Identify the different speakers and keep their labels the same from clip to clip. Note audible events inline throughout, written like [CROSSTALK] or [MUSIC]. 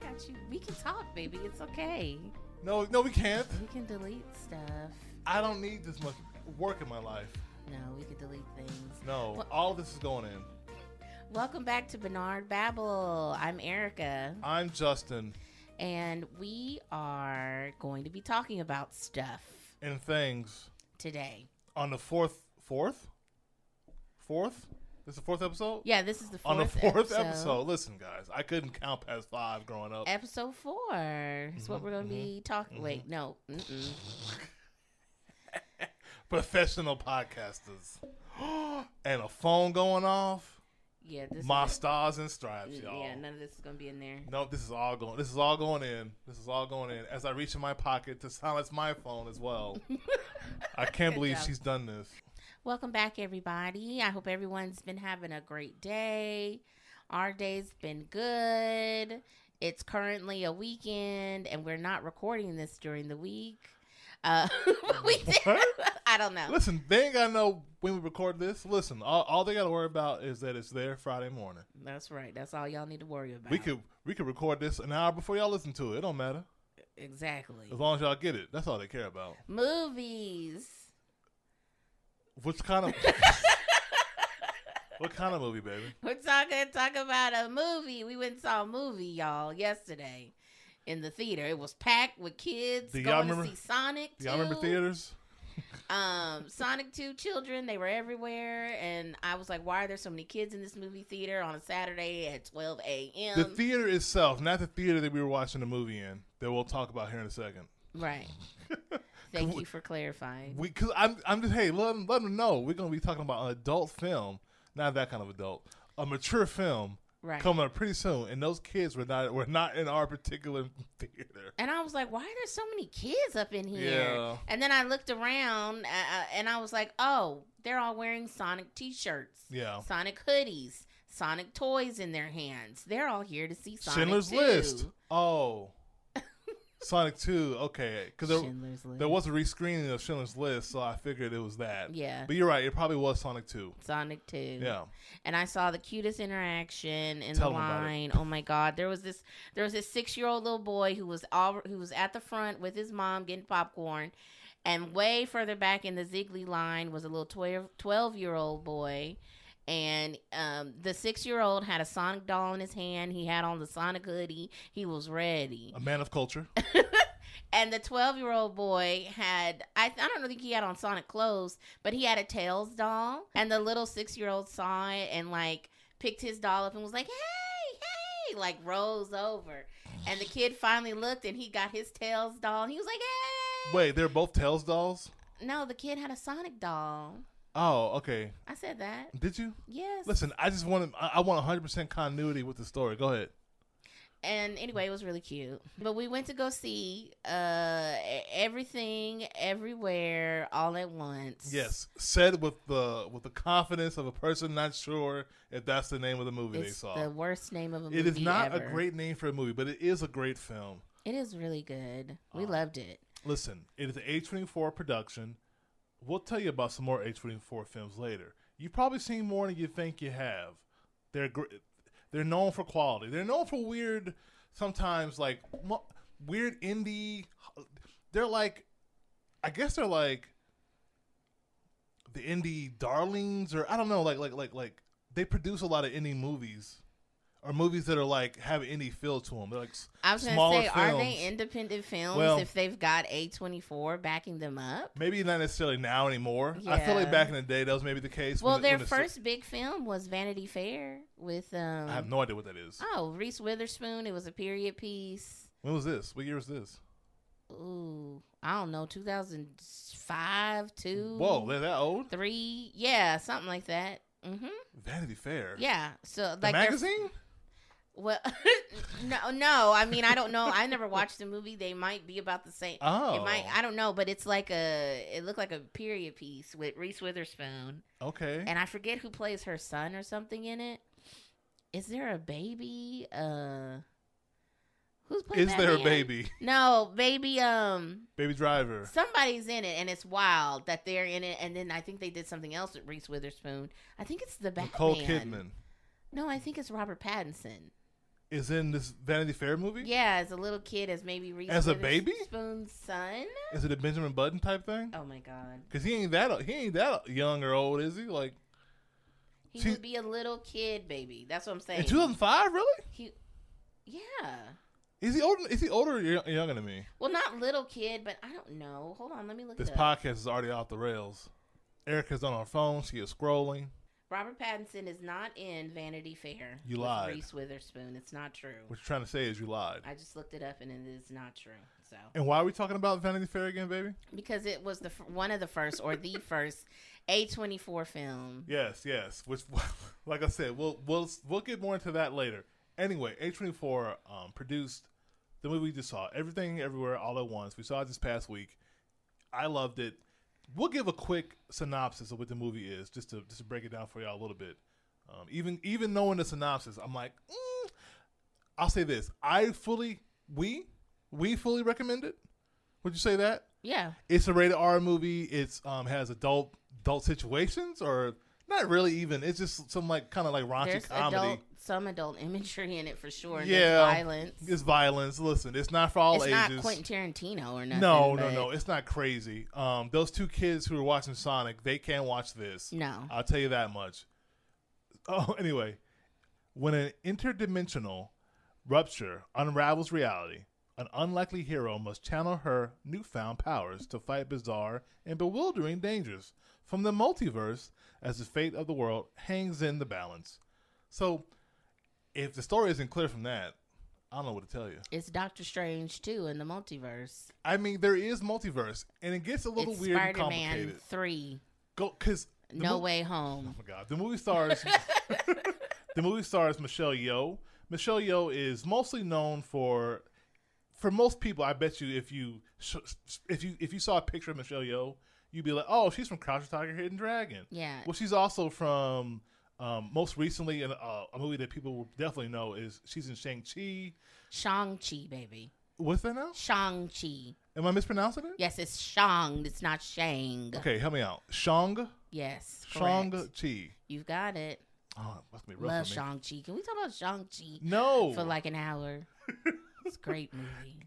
Speaker 1: got you. We can talk, baby. It's okay.
Speaker 2: No, no, we can't.
Speaker 1: We can delete stuff.
Speaker 2: I don't need this much work in my life.
Speaker 1: No, we can delete things.
Speaker 2: No,
Speaker 1: What-
Speaker 2: all this is going in.
Speaker 1: Welcome back to Bernard Babel. I'm Erica,
Speaker 2: I'm Justin
Speaker 1: and we are going to be talking about stuff
Speaker 2: and things
Speaker 1: today.
Speaker 2: on the fourth, fourth, fourth. This is the fourth episode.
Speaker 1: Yeah, this is the fourth
Speaker 2: on the fourth episode. Listen, guys, I couldn't count past five growing up.
Speaker 1: Episode four is
Speaker 2: Mm-hmm,
Speaker 1: what we're going to be talking. Wait, no. Mm-mm.
Speaker 2: Professional podcasters [GASPS] and a phone going off.
Speaker 1: Yeah, this
Speaker 2: My
Speaker 1: is
Speaker 2: stars and stripes,
Speaker 1: Mm,
Speaker 2: y'all.
Speaker 1: Yeah, none of this is going to be in there.
Speaker 2: No, this is all going. This is all going in. This is all going in. As I reach in my pocket to silence my phone as well. I can't believe
Speaker 1: job.
Speaker 2: she's done this.
Speaker 1: Welcome back, everybody. I hope everyone's been having a great day. Our day's been good. It's currently a weekend, and we're not recording this during the week. Uh, [LAUGHS] but we did.
Speaker 2: What?
Speaker 1: I don't know.
Speaker 2: Listen, they ain't gotta know when we record this. Listen, all, all they gotta worry about is that it's there Friday morning.
Speaker 1: That's right. That's all y'all need to worry about.
Speaker 2: We could we could record this an hour before y'all listen to it. It don't matter
Speaker 1: exactly
Speaker 2: as long as y'all get it. That's all they care about.
Speaker 1: movies.
Speaker 2: Which kind of what kind of movie, baby?
Speaker 1: We're talking talk about a movie. We went and saw a movie, y'all, yesterday in the theater. It was packed with kids
Speaker 2: Do
Speaker 1: going
Speaker 2: y'all
Speaker 1: to see
Speaker 2: remember-
Speaker 1: Sonic.
Speaker 2: Do y'all remember
Speaker 1: 2.
Speaker 2: theaters?
Speaker 1: um Sonic 2 children, they were everywhere and I was like, why are there so many kids in this movie theater on a Saturday at 12 a.m.?
Speaker 2: the theater itself, not the theater that we were watching the movie in. That we'll talk about here in a second.
Speaker 1: right.
Speaker 2: [LAUGHS]
Speaker 1: Thank
Speaker 2: we-
Speaker 1: you for clarifying.
Speaker 2: We, cause I'm, I'm just, hey, let them, let 'em know we're gonna be talking about an adult film, not that kind of adult, a mature film
Speaker 1: Right.
Speaker 2: coming up pretty soon, and those kids were not, were not in our particular [LAUGHS] theater.
Speaker 1: And I was like, why are there so many kids up in here?
Speaker 2: Yeah.
Speaker 1: And then I looked around uh, uh, and I was like, oh, they're all wearing Sonic t shirts,
Speaker 2: Yeah,
Speaker 1: Sonic hoodies, Sonic toys in their hands. They're all here to see Sonic.
Speaker 2: Schindler's
Speaker 1: 2.
Speaker 2: List. Oh, [LAUGHS] Sonic Two. Okay, because there,
Speaker 1: Schindler's List.
Speaker 2: there was a rescreening of Schindler's List, so I figured it was that.
Speaker 1: Yeah.
Speaker 2: But you're right; it probably was Sonic Two.
Speaker 1: Sonic 2.
Speaker 2: Yeah,
Speaker 1: and I saw the cutest interaction in
Speaker 2: Tell
Speaker 1: the
Speaker 2: 'em about it.
Speaker 1: line. Oh my god, there was this there was this six year old little boy who was all who was at the front with his mom getting popcorn, and way further back in the Ziggly line was a little twelve year old boy. And um, the six year old had a Sonic doll in his hand. He had on the Sonic hoodie. He was ready.
Speaker 2: a man of culture.
Speaker 1: And the 12 year old boy had, I, I don't think he had on Sonic clothes, but he had a Tails doll. And the little six year old saw it and like picked his doll up and was like, hey, hey, like rolls over. And the kid finally looked and he got his Tails doll and he was like, hey.
Speaker 2: Wait, they're both Tails dolls.
Speaker 1: No, the kid had a Sonic doll.
Speaker 2: Oh, okay.
Speaker 1: I said that.
Speaker 2: Did you?
Speaker 1: Yes.
Speaker 2: Listen, I just want to, I I want 100% continuity with the story. Go ahead.
Speaker 1: and anyway, it was really cute. But we went to go see uh, e- everything, everywhere, all at once.
Speaker 2: Yes, said with the with the confidence of a person not sure if that's the name of the movie they
Speaker 1: It's
Speaker 2: saw.
Speaker 1: the worst name of a movie.
Speaker 2: it is not
Speaker 1: ever.
Speaker 2: a great name for a movie, but it is a great film.
Speaker 1: It is really good. We
Speaker 2: Uh,
Speaker 1: loved it.
Speaker 2: Listen, it is an A24 production. We'll tell you about some more A24 films later. You've probably seen more than you think you have. They're gr- they're known for quality. They're known for weird, sometimes like mo- weird indie. They're like, I guess they're like the indie darlings, or I don't know, like like like like they produce a lot of indie movies, or movies that are like have indie feel to them. They're like s-
Speaker 1: I was going to
Speaker 2: smaller
Speaker 1: say, are
Speaker 2: films.
Speaker 1: they independent films
Speaker 2: Well-
Speaker 1: if they've got A24 backing them up?
Speaker 2: Maybe not necessarily now anymore. I feel like
Speaker 1: Yeah.
Speaker 2: back in the day that was maybe the case.
Speaker 1: Well,
Speaker 2: when the-
Speaker 1: their
Speaker 2: when the-
Speaker 1: first big film was Vanity Fair with um
Speaker 2: I have no idea what that is.
Speaker 1: oh Reese Witherspoon. It was a period piece.
Speaker 2: When was this? What year was this?
Speaker 1: Ooh, I don't know, two thousand five, two,
Speaker 2: Whoa, they're that old?
Speaker 1: three, yeah, something like that. Mm-hmm.
Speaker 2: Vanity Fair.
Speaker 1: Yeah, so like
Speaker 2: The
Speaker 1: their
Speaker 2: magazine?
Speaker 1: Well, [LAUGHS] no, no. I mean, I don't know. I never watched the movie. They might be about the same.
Speaker 2: Oh.
Speaker 1: It might. I don't know, but it's like a. It looked like a period piece with Reese Witherspoon,
Speaker 2: okay.
Speaker 1: and I forget who plays her son or something in it. Is there a baby? Uh, who's playing?
Speaker 2: Is there a
Speaker 1: Batman?
Speaker 2: baby?
Speaker 1: No, baby. Um,
Speaker 2: Baby Driver.
Speaker 1: somebody's in it, and it's wild that they're in it. And then I think they did something else with Reese Witherspoon. I think it's the Batman.
Speaker 2: Nicole Kidman.
Speaker 1: No, I think it's Robert Pattinson.
Speaker 2: is in this Vanity Fair movie?
Speaker 1: Yeah, as a little kid, as maybe Reese
Speaker 2: As a baby?
Speaker 1: Spoon's son.
Speaker 2: Is it a Benjamin Button type thing?
Speaker 1: Oh my god,
Speaker 2: Because he ain't that he ain't that young or old, is he? Like
Speaker 1: he
Speaker 2: She-
Speaker 1: would be a little kid baby. That's what I'm saying.
Speaker 2: in two thousand five, really?
Speaker 1: he, yeah.
Speaker 2: Is he older? Is he older or yo- younger than me?
Speaker 1: Well, not little kid, but I don't know. Hold on, let me look
Speaker 2: This
Speaker 1: it up.
Speaker 2: podcast is already off the rails. Erica's on her phone. She is scrolling.
Speaker 1: Robert Pattinson is not in Vanity Fair.
Speaker 2: You
Speaker 1: with
Speaker 2: lied.
Speaker 1: Reese Witherspoon. It's not true.
Speaker 2: What you're trying to say is you lied.
Speaker 1: I just looked it up and it is not true. So
Speaker 2: And why are we talking about Vanity Fair again, baby?
Speaker 1: because it was the f- one of the first or the [LAUGHS] first A24 film.
Speaker 2: Yes, yes. Which, [LAUGHS] like I said, we'll we'll we'll get more into that later. Anyway, A twenty four produced the movie we just saw, Everything Everywhere All at Once. We saw it this past week. I loved it. We'll give a quick synopsis of what the movie is, just to just to break it down for y'all a little bit. Um, even even knowing the synopsis, I'm like, mm. I'll say this: I fully we we fully recommend it. Would you say that?
Speaker 1: Yeah.
Speaker 2: it's a rated R movie. It's um has adult adult situations or not really even. It's just some like kind of like raunchy
Speaker 1: There's
Speaker 2: comedy.
Speaker 1: adult some adult imagery in it for sure. and
Speaker 2: Yeah.
Speaker 1: There's violence.
Speaker 2: It's violence. Listen, it's not for all
Speaker 1: it's
Speaker 2: ages.
Speaker 1: not Quentin Tarantino or nothing.
Speaker 2: no, no,
Speaker 1: but
Speaker 2: no. It's not crazy. Um, those two kids who were watching Sonic, they can watch this.
Speaker 1: No.
Speaker 2: I'll tell you that much. Oh, [LAUGHS] anyway, when an interdimensional rupture unravels reality, an unlikely hero must channel her newfound powers to fight bizarre and bewildering dangers from the multiverse as the fate of the world hangs in the balance. So, if the story isn't clear from that, I don't know what to tell you.
Speaker 1: It's Doctor Strange too in the multiverse.
Speaker 2: I mean, there is multiverse, and it gets a little
Speaker 1: it's
Speaker 2: weird
Speaker 1: Spider
Speaker 2: and
Speaker 1: Man
Speaker 2: complicated.
Speaker 1: three.
Speaker 2: Go, cause the
Speaker 1: No
Speaker 2: mo-
Speaker 1: way home.
Speaker 2: Oh my god. The movie stars [LAUGHS] The movie stars Michelle Yeoh. Michelle Yeoh is mostly known for for most people, I bet you if you sh- if you if you saw a picture of Michelle Yeoh, you'd be like, "Oh, she's from Crouching Tiger, Hidden Dragon."
Speaker 1: Yeah.
Speaker 2: Well, she's also from um, most recently in uh, a movie that people will definitely know is she's in Shang Chi.
Speaker 1: Shang Chi, baby.
Speaker 2: What's that now?
Speaker 1: Shang Chi.
Speaker 2: Am I mispronouncing it?
Speaker 1: Yes, it's Shang. It's not Shang.
Speaker 2: Okay, help me out. Shang
Speaker 1: Yes, correct.
Speaker 2: Shang Chi.
Speaker 1: You've got it.
Speaker 2: Oh, that's gonna be rough
Speaker 1: Love
Speaker 2: for me.
Speaker 1: Shang Chi. Can we talk about Shang Chi
Speaker 2: No,
Speaker 1: for like an
Speaker 2: [LAUGHS]
Speaker 1: hour? It's a great movie.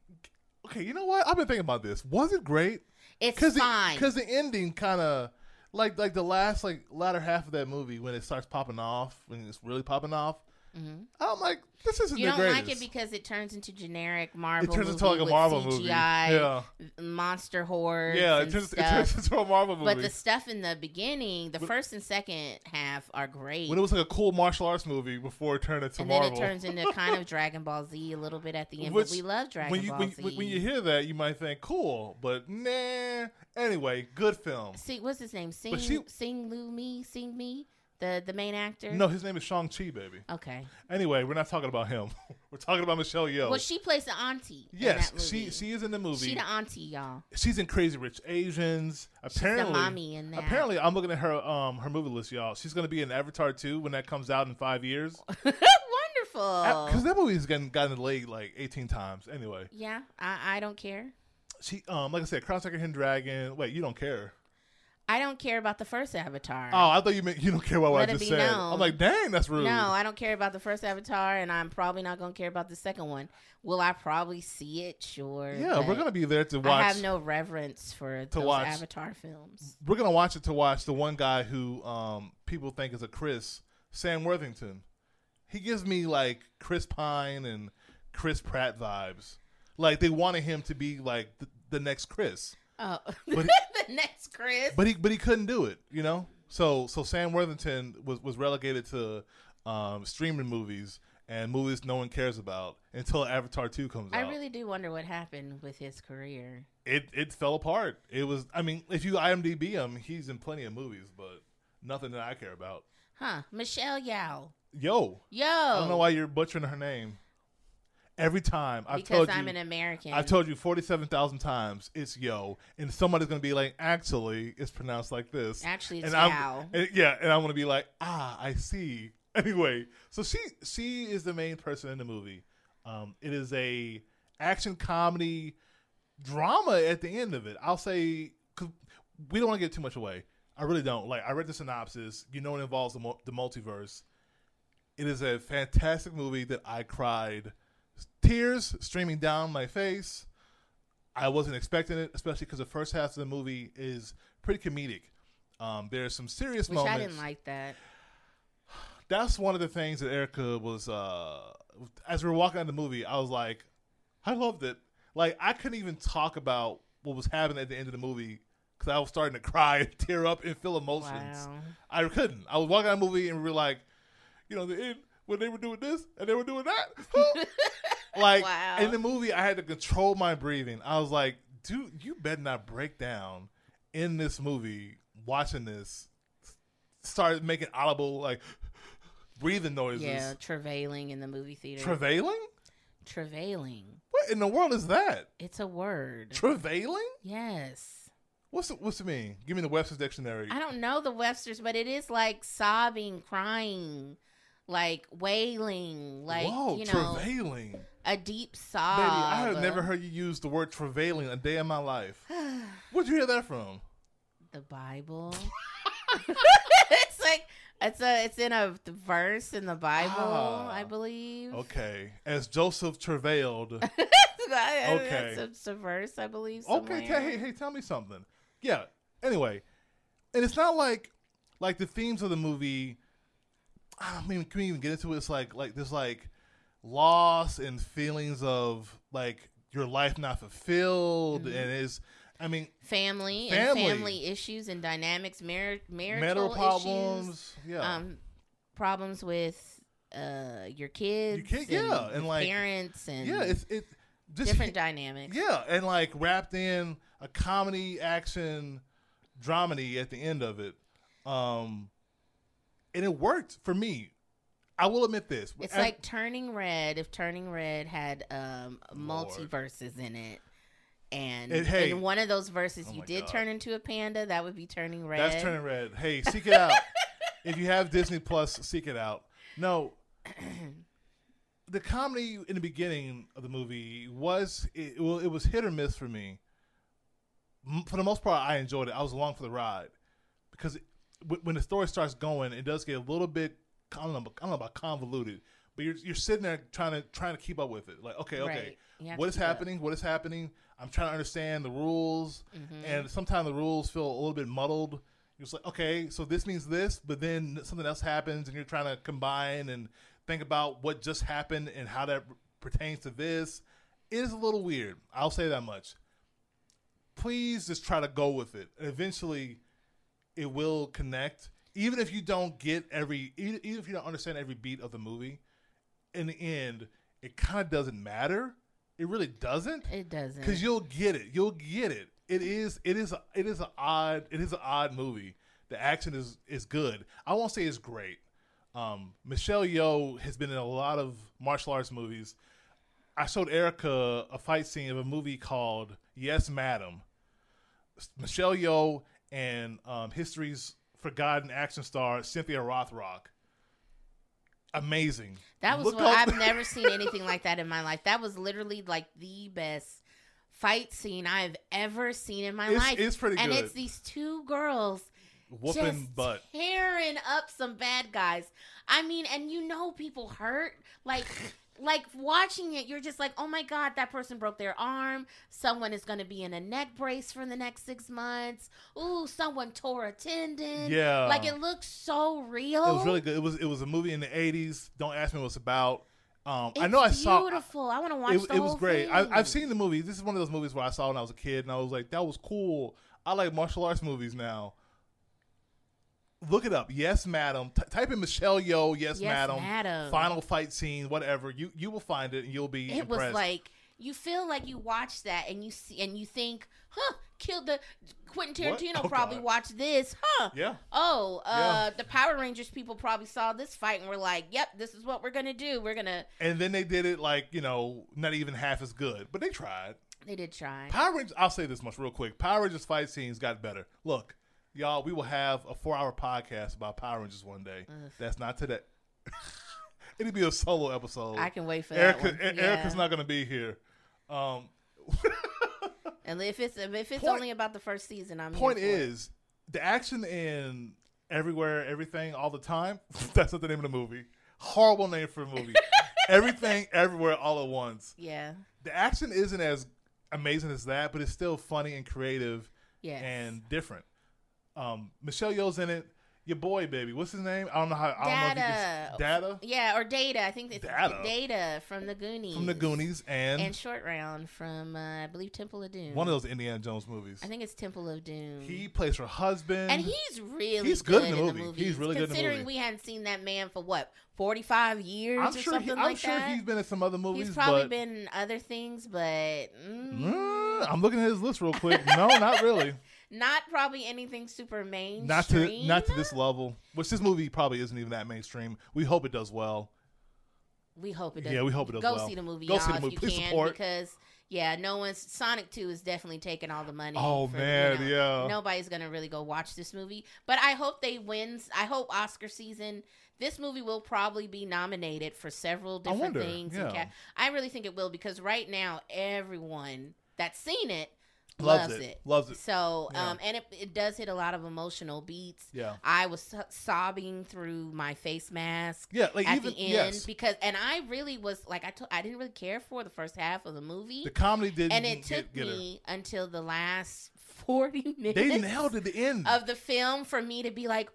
Speaker 2: okay, you know what? I've been thinking about this. Was it great?
Speaker 1: It's
Speaker 2: Cause
Speaker 1: fine.
Speaker 2: because the ending kind of like like the last like latter half of that movie when it starts popping off when it's really popping off.
Speaker 1: Mhm.
Speaker 2: I'm like, this isn't
Speaker 1: you
Speaker 2: the
Speaker 1: don't
Speaker 2: greatest.
Speaker 1: like it because it turns into generic Marvel.
Speaker 2: it turns
Speaker 1: movie
Speaker 2: into like a
Speaker 1: with
Speaker 2: Marvel
Speaker 1: CGI,
Speaker 2: movie. Yeah,
Speaker 1: monster horror.
Speaker 2: yeah. It turns, it turns [LAUGHS] into a Marvel
Speaker 1: [LAUGHS]
Speaker 2: movie.
Speaker 1: but the stuff in the beginning, the first and second half are great.
Speaker 2: when it was like a cool martial arts movie before it turned into
Speaker 1: and
Speaker 2: Marvel.
Speaker 1: then it turns
Speaker 2: [LAUGHS]
Speaker 1: into kind of Dragon Ball Z a little bit at the end,
Speaker 2: Which-
Speaker 1: but we love Dragon
Speaker 2: when you
Speaker 1: Ball
Speaker 2: when,
Speaker 1: Z.
Speaker 2: when- when you hear that, you might think cool, but nah. Anyway, good film.
Speaker 1: See, what's his name? Sing,
Speaker 2: But she-
Speaker 1: Sing Lu Mi, Sing Me, the the main actor.
Speaker 2: No, his name is Shang Chi, baby.
Speaker 1: Okay.
Speaker 2: Anyway, we're not talking about him. [LAUGHS] we're talking about Michelle Yeoh.
Speaker 1: Well, she plays the auntie. in
Speaker 2: yes,
Speaker 1: that movie.
Speaker 2: she she is in the movie.
Speaker 1: She the auntie, y'all.
Speaker 2: She's in Crazy Rich Asians. Apparently,
Speaker 1: She's the mommy in that.
Speaker 2: apparently, I'm looking at her um her movie list, y'all. She's gonna be in Avatar 2 when that comes out in five years.
Speaker 1: Oh. [LAUGHS]
Speaker 2: Because
Speaker 1: wonderful.
Speaker 2: that movie's gotten gotten delayed like 18 times. Anyway,
Speaker 1: Yeah, I, I don't care.
Speaker 2: she um like I said, Cross Tiger Hidden Dragon. Wait, you don't care?
Speaker 1: I don't care about the first Avatar.
Speaker 2: Oh, I thought you meant you don't care what
Speaker 1: Let
Speaker 2: I
Speaker 1: it be
Speaker 2: just said.
Speaker 1: known.
Speaker 2: I'm like, dang, that's rude.
Speaker 1: No, I don't care about the first Avatar, and I'm probably not gonna care about the second one. Will I probably see it? Sure.
Speaker 2: yeah, we're
Speaker 1: but
Speaker 2: gonna be there to
Speaker 1: I
Speaker 2: watch.
Speaker 1: have no reverence for those
Speaker 2: watch.
Speaker 1: Avatar films.
Speaker 2: we're gonna watch it to watch the one guy who um people think is a Chris Sam Worthington. He gives me like Chris Pine and Chris Pratt vibes. Like they wanted him to be like the, the next Chris,
Speaker 1: Oh,
Speaker 2: But-
Speaker 1: [LAUGHS] the next Chris.
Speaker 2: but he but he couldn't do it, you know. So so Sam Worthington was was relegated to um streaming movies and movies no one cares about until Avatar two comes
Speaker 1: I
Speaker 2: out.
Speaker 1: really do wonder what happened with his career.
Speaker 2: it it fell apart. It was I mean if you IMDb him, he's in plenty of movies, but nothing that I care about.
Speaker 1: Huh? Michelle Yao.
Speaker 2: Yo,
Speaker 1: Yo.
Speaker 2: I don't know why you're butchering her name. Every time I've
Speaker 1: because
Speaker 2: told
Speaker 1: I'm
Speaker 2: you,
Speaker 1: an E American.
Speaker 2: I've told you forty-seven thousand times it's yo, and somebody's gonna be like, actually, it's pronounced like this.
Speaker 1: Actually, it's
Speaker 2: and I'm-
Speaker 1: Yao.
Speaker 2: and- yeah, and I'm gonna be like, ah, I see. [LAUGHS] Anyway, so she she is the main person in the movie. Um, it is a action comedy drama at the end of it. I'll say 'cause we don't want to get too much away. I really don't. Like I read the synopsis. You know, it involves the, mul- the multiverse. It is a fantastic movie that I cried tears streaming down my face. I wasn't expecting it, especially because the first half of the movie is pretty comedic. Um, there's some serious
Speaker 1: Which
Speaker 2: moments.
Speaker 1: I didn't like that.
Speaker 2: That's one of the things that Erica was. Uh, as we were walking out of the movie, I was like, I loved it. Like I couldn't even talk about what was happening at the end of the movie because I was starting to [LAUGHS] cry, and tear up, and feel emotions.
Speaker 1: Wow.
Speaker 2: I couldn't. I was walking out of the movie and we were like, you know, the end when they were doing this and they were
Speaker 1: [LAUGHS]
Speaker 2: doing that. like
Speaker 1: Wow.
Speaker 2: in the movie, I had to control my breathing. I was like, dude, you better not break down in this movie. Watching this, started making audible like breathing noises.
Speaker 1: Yeah, travailing in the movie theater.
Speaker 2: Travailing?
Speaker 1: travailing.
Speaker 2: What in the world is that?
Speaker 1: It's a word.
Speaker 2: Travailing?
Speaker 1: yes.
Speaker 2: What's it, what's it mean? Give me the Webster's dictionary.
Speaker 1: I don't know the Webster's, but it is like sobbing, crying, like wailing, like
Speaker 2: Whoa,
Speaker 1: you know,
Speaker 2: travailing.
Speaker 1: a deep
Speaker 2: Baby,
Speaker 1: sob.
Speaker 2: I have never heard you use the word travailing a day in my life. Where'd you hear that from?
Speaker 1: [SIGHS] the
Speaker 2: [LAUGHS]
Speaker 1: Bible. it's like it's a it's in a verse in the Bible,
Speaker 2: Ah.
Speaker 1: I believe. [LAUGHS]
Speaker 2: Okay. As Joseph travailed.
Speaker 1: okay.
Speaker 2: Okay.
Speaker 1: It's a verse, I believe. Somewhere.
Speaker 2: okay, hey, hey, tell me something. Yeah. Anyway, and it's not like like the themes of the movie. I don't mean, can we even get into it? It's like like there's like loss and feelings of like your life not fulfilled,
Speaker 1: Mhm.
Speaker 2: and is I mean
Speaker 1: Family,
Speaker 2: Family.
Speaker 1: and family issues and dynamics, mar- marital
Speaker 2: mental
Speaker 1: issues,
Speaker 2: problems. Yeah.
Speaker 1: um, problems with uh your kids,
Speaker 2: kid- yeah,
Speaker 1: with
Speaker 2: and, like-
Speaker 1: parents and
Speaker 2: yeah. It's it. Just
Speaker 1: different dynamics.
Speaker 2: Yeah, and like wrapped in a comedy action dramedy at the end of it. Um and it worked for me. I will admit this.
Speaker 1: It's
Speaker 2: As-
Speaker 1: like Turning Red. If Turning Red had um,
Speaker 2: Lord.
Speaker 1: multiverses in it, and
Speaker 2: And hey-
Speaker 1: in one of those verses
Speaker 2: Oh
Speaker 1: you
Speaker 2: my
Speaker 1: did
Speaker 2: God.
Speaker 1: turn into a panda, that would be Turning Red.
Speaker 2: that's turning red.
Speaker 1: [LAUGHS]
Speaker 2: Hey, seek it out. if you have Disney Plus, seek it out.
Speaker 1: [CLEARS THROAT]
Speaker 2: No. the comedy in the beginning of the movie was it, well, it was hit or miss for me. M- For the most part, I enjoyed it. I was along for the ride because it, wh- when the story starts going, it does get a little bit I don't know, I don't know about convoluted, but you're you're sitting there trying to trying to keep up with it. Like, okay, okay,
Speaker 1: Right. You have
Speaker 2: what
Speaker 1: to
Speaker 2: is
Speaker 1: keep up.
Speaker 2: happening? What is happening? I'm trying to understand the rules,
Speaker 1: Mm-hmm.
Speaker 2: and sometimes the rules feel a little bit muddled. You're just like, okay, so this means this, but then something else happens, and you're trying to combine and think about what just happened and how that pertains to this. It is a little weird. I'll say that much. Please just try to go with it. Eventually, it will connect, even if you don't get every, even even if you don't understand every beat of the movie. In the end, it kind of doesn't matter. It really doesn't
Speaker 1: It doesn't.
Speaker 2: because you'll get it. You'll get it. It is. It is. a- It is an odd. It is an odd movie. The action is is good. I won't say it's great. Um, Michelle Yeoh has been in a lot of martial arts movies. I showed Erica a fight scene of a movie called Yes, Madam. S- Michelle Yeoh and um, history's forgotten action star Cynthia Rothrock. Amazing.
Speaker 1: that was
Speaker 2: Look
Speaker 1: what
Speaker 2: up- [LAUGHS]
Speaker 1: I've never seen anything like that in my life. That was literally like the best fight scene I've ever seen in my
Speaker 2: It's-
Speaker 1: life.
Speaker 2: it's pretty
Speaker 1: and
Speaker 2: good.
Speaker 1: it's these two girls
Speaker 2: whooping
Speaker 1: just
Speaker 2: butt.
Speaker 1: tearing up some bad guys. I mean, and you know people hurt.
Speaker 2: [LAUGHS]
Speaker 1: Like like watching it, you're just like, oh my god, that person broke their arm. Someone is gonna be in a neck brace for the next six months. Ooh, someone tore a tendon.
Speaker 2: Yeah.
Speaker 1: Like it looks so real.
Speaker 2: It was really good. It was it was a movie in the eighties. Don't ask me what it's about. Um,
Speaker 1: It's
Speaker 2: I know I saw.
Speaker 1: beautiful. I, want to watch
Speaker 2: It,
Speaker 1: the
Speaker 2: it
Speaker 1: whole
Speaker 2: was great. I,
Speaker 1: thing.
Speaker 2: I've seen the movie. This is one of those movies where I saw when I was a kid, and I was like, "That was cool." I like martial arts movies now. Look it up. Yes, madam. T- type in Michelle Yeoh. Yes,
Speaker 1: Yes,
Speaker 2: madam.
Speaker 1: Madam.
Speaker 2: Final fight scene. Whatever. You you will find it, and you'll be.
Speaker 1: it
Speaker 2: impressed.
Speaker 1: was like you feel like you watch that and you see and you think, huh, killed the Quentin
Speaker 2: What?
Speaker 1: Tarantino
Speaker 2: Oh,
Speaker 1: probably
Speaker 2: God.
Speaker 1: watched this, huh?
Speaker 2: yeah.
Speaker 1: Oh, uh, the Power Rangers people probably saw this fight and were like, "Yep, this is what we're gonna do. We're gonna."
Speaker 2: And then they did it like you know, not even half as good, but they tried.
Speaker 1: They did try.
Speaker 2: Power Rangers. I'll say this much real quick. Power Rangers fight scenes got better. Look, y'all, we will have a four-hour podcast about Power Rangers one day. That's not today. [LAUGHS] It'll be a solo episode.
Speaker 1: I can wait for
Speaker 2: Erica,
Speaker 1: that one.
Speaker 2: E- Erica's not going to be here. Um,
Speaker 1: And if it's if it's
Speaker 2: Point-
Speaker 1: only about the first season, I'm.
Speaker 2: point
Speaker 1: here for it.
Speaker 2: is, [LAUGHS] the action in everywhere, everything, all the time. that's not the name of the movie. Horrible name for a
Speaker 1: [LAUGHS]
Speaker 2: movie. Everything, everywhere, all at once.
Speaker 1: Yeah.
Speaker 2: The action isn't as amazing as that, but it's still funny and creative
Speaker 1: Yes.
Speaker 2: and different. Um, Michelle Yeoh's in it. Your boy, baby. What's his name? I don't know how. I don't know if you can, Data
Speaker 1: yeah, or Data. I think it's
Speaker 2: Data.
Speaker 1: Data, from the Goonies.
Speaker 2: from the Goonies and,
Speaker 1: And Short Round from uh, I believe Temple of Doom.
Speaker 2: one of those Indiana Jones movies.
Speaker 1: I think it's Temple of Doom.
Speaker 2: He plays her husband.
Speaker 1: and he's really
Speaker 2: he's
Speaker 1: good, in the movie.
Speaker 2: He's really good in the
Speaker 1: considering
Speaker 2: movie.
Speaker 1: we hadn't seen that man for what forty five years
Speaker 2: I'm
Speaker 1: or
Speaker 2: sure.
Speaker 1: something
Speaker 2: He, I'm
Speaker 1: like
Speaker 2: sure
Speaker 1: that.
Speaker 2: he's been in some other movies.
Speaker 1: He's probably
Speaker 2: but,
Speaker 1: been in other things, but mm,
Speaker 2: Mm, I'm looking at his list real quick. No,
Speaker 1: [LAUGHS]
Speaker 2: not really.
Speaker 1: not probably anything super mainstream.
Speaker 2: not to not to this level. Which this movie probably isn't even that mainstream. We hope it does well.
Speaker 1: We hope it does.
Speaker 2: Yeah, we hope it does
Speaker 1: Go
Speaker 2: well.
Speaker 1: see the movie,
Speaker 2: Go
Speaker 1: y'all,
Speaker 2: see the
Speaker 1: if
Speaker 2: movie.
Speaker 1: you
Speaker 2: Please
Speaker 1: can,
Speaker 2: support.
Speaker 1: because yeah, no one's Sonic Two is definitely taking all the money.
Speaker 2: Oh
Speaker 1: for, you
Speaker 2: man,
Speaker 1: know,
Speaker 2: yeah.
Speaker 1: nobody's gonna really go watch this movie. But I hope they wins. I hope Oscar season. This movie will probably be nominated for several
Speaker 2: I
Speaker 1: different
Speaker 2: wonder.
Speaker 1: things.
Speaker 2: yeah.
Speaker 1: and ca- I really think it will because right now everyone that's seen it
Speaker 2: loves,
Speaker 1: loves,
Speaker 2: it.
Speaker 1: it.
Speaker 2: Loves it.
Speaker 1: So,
Speaker 2: Yeah.
Speaker 1: um, and it, it does hit a lot of emotional beats.
Speaker 2: Yeah.
Speaker 1: I was so- sobbing through my face mask
Speaker 2: Yeah, like
Speaker 1: at
Speaker 2: even
Speaker 1: the end
Speaker 2: yes.
Speaker 1: because and I really was like I t- I didn't really care for the first half of the movie
Speaker 2: The comedy didn't
Speaker 1: and it
Speaker 2: get,
Speaker 1: took
Speaker 2: get her.
Speaker 1: me until the last [LAUGHS] 40 minutes
Speaker 2: They nailed it at the end.
Speaker 1: of the film for me to be like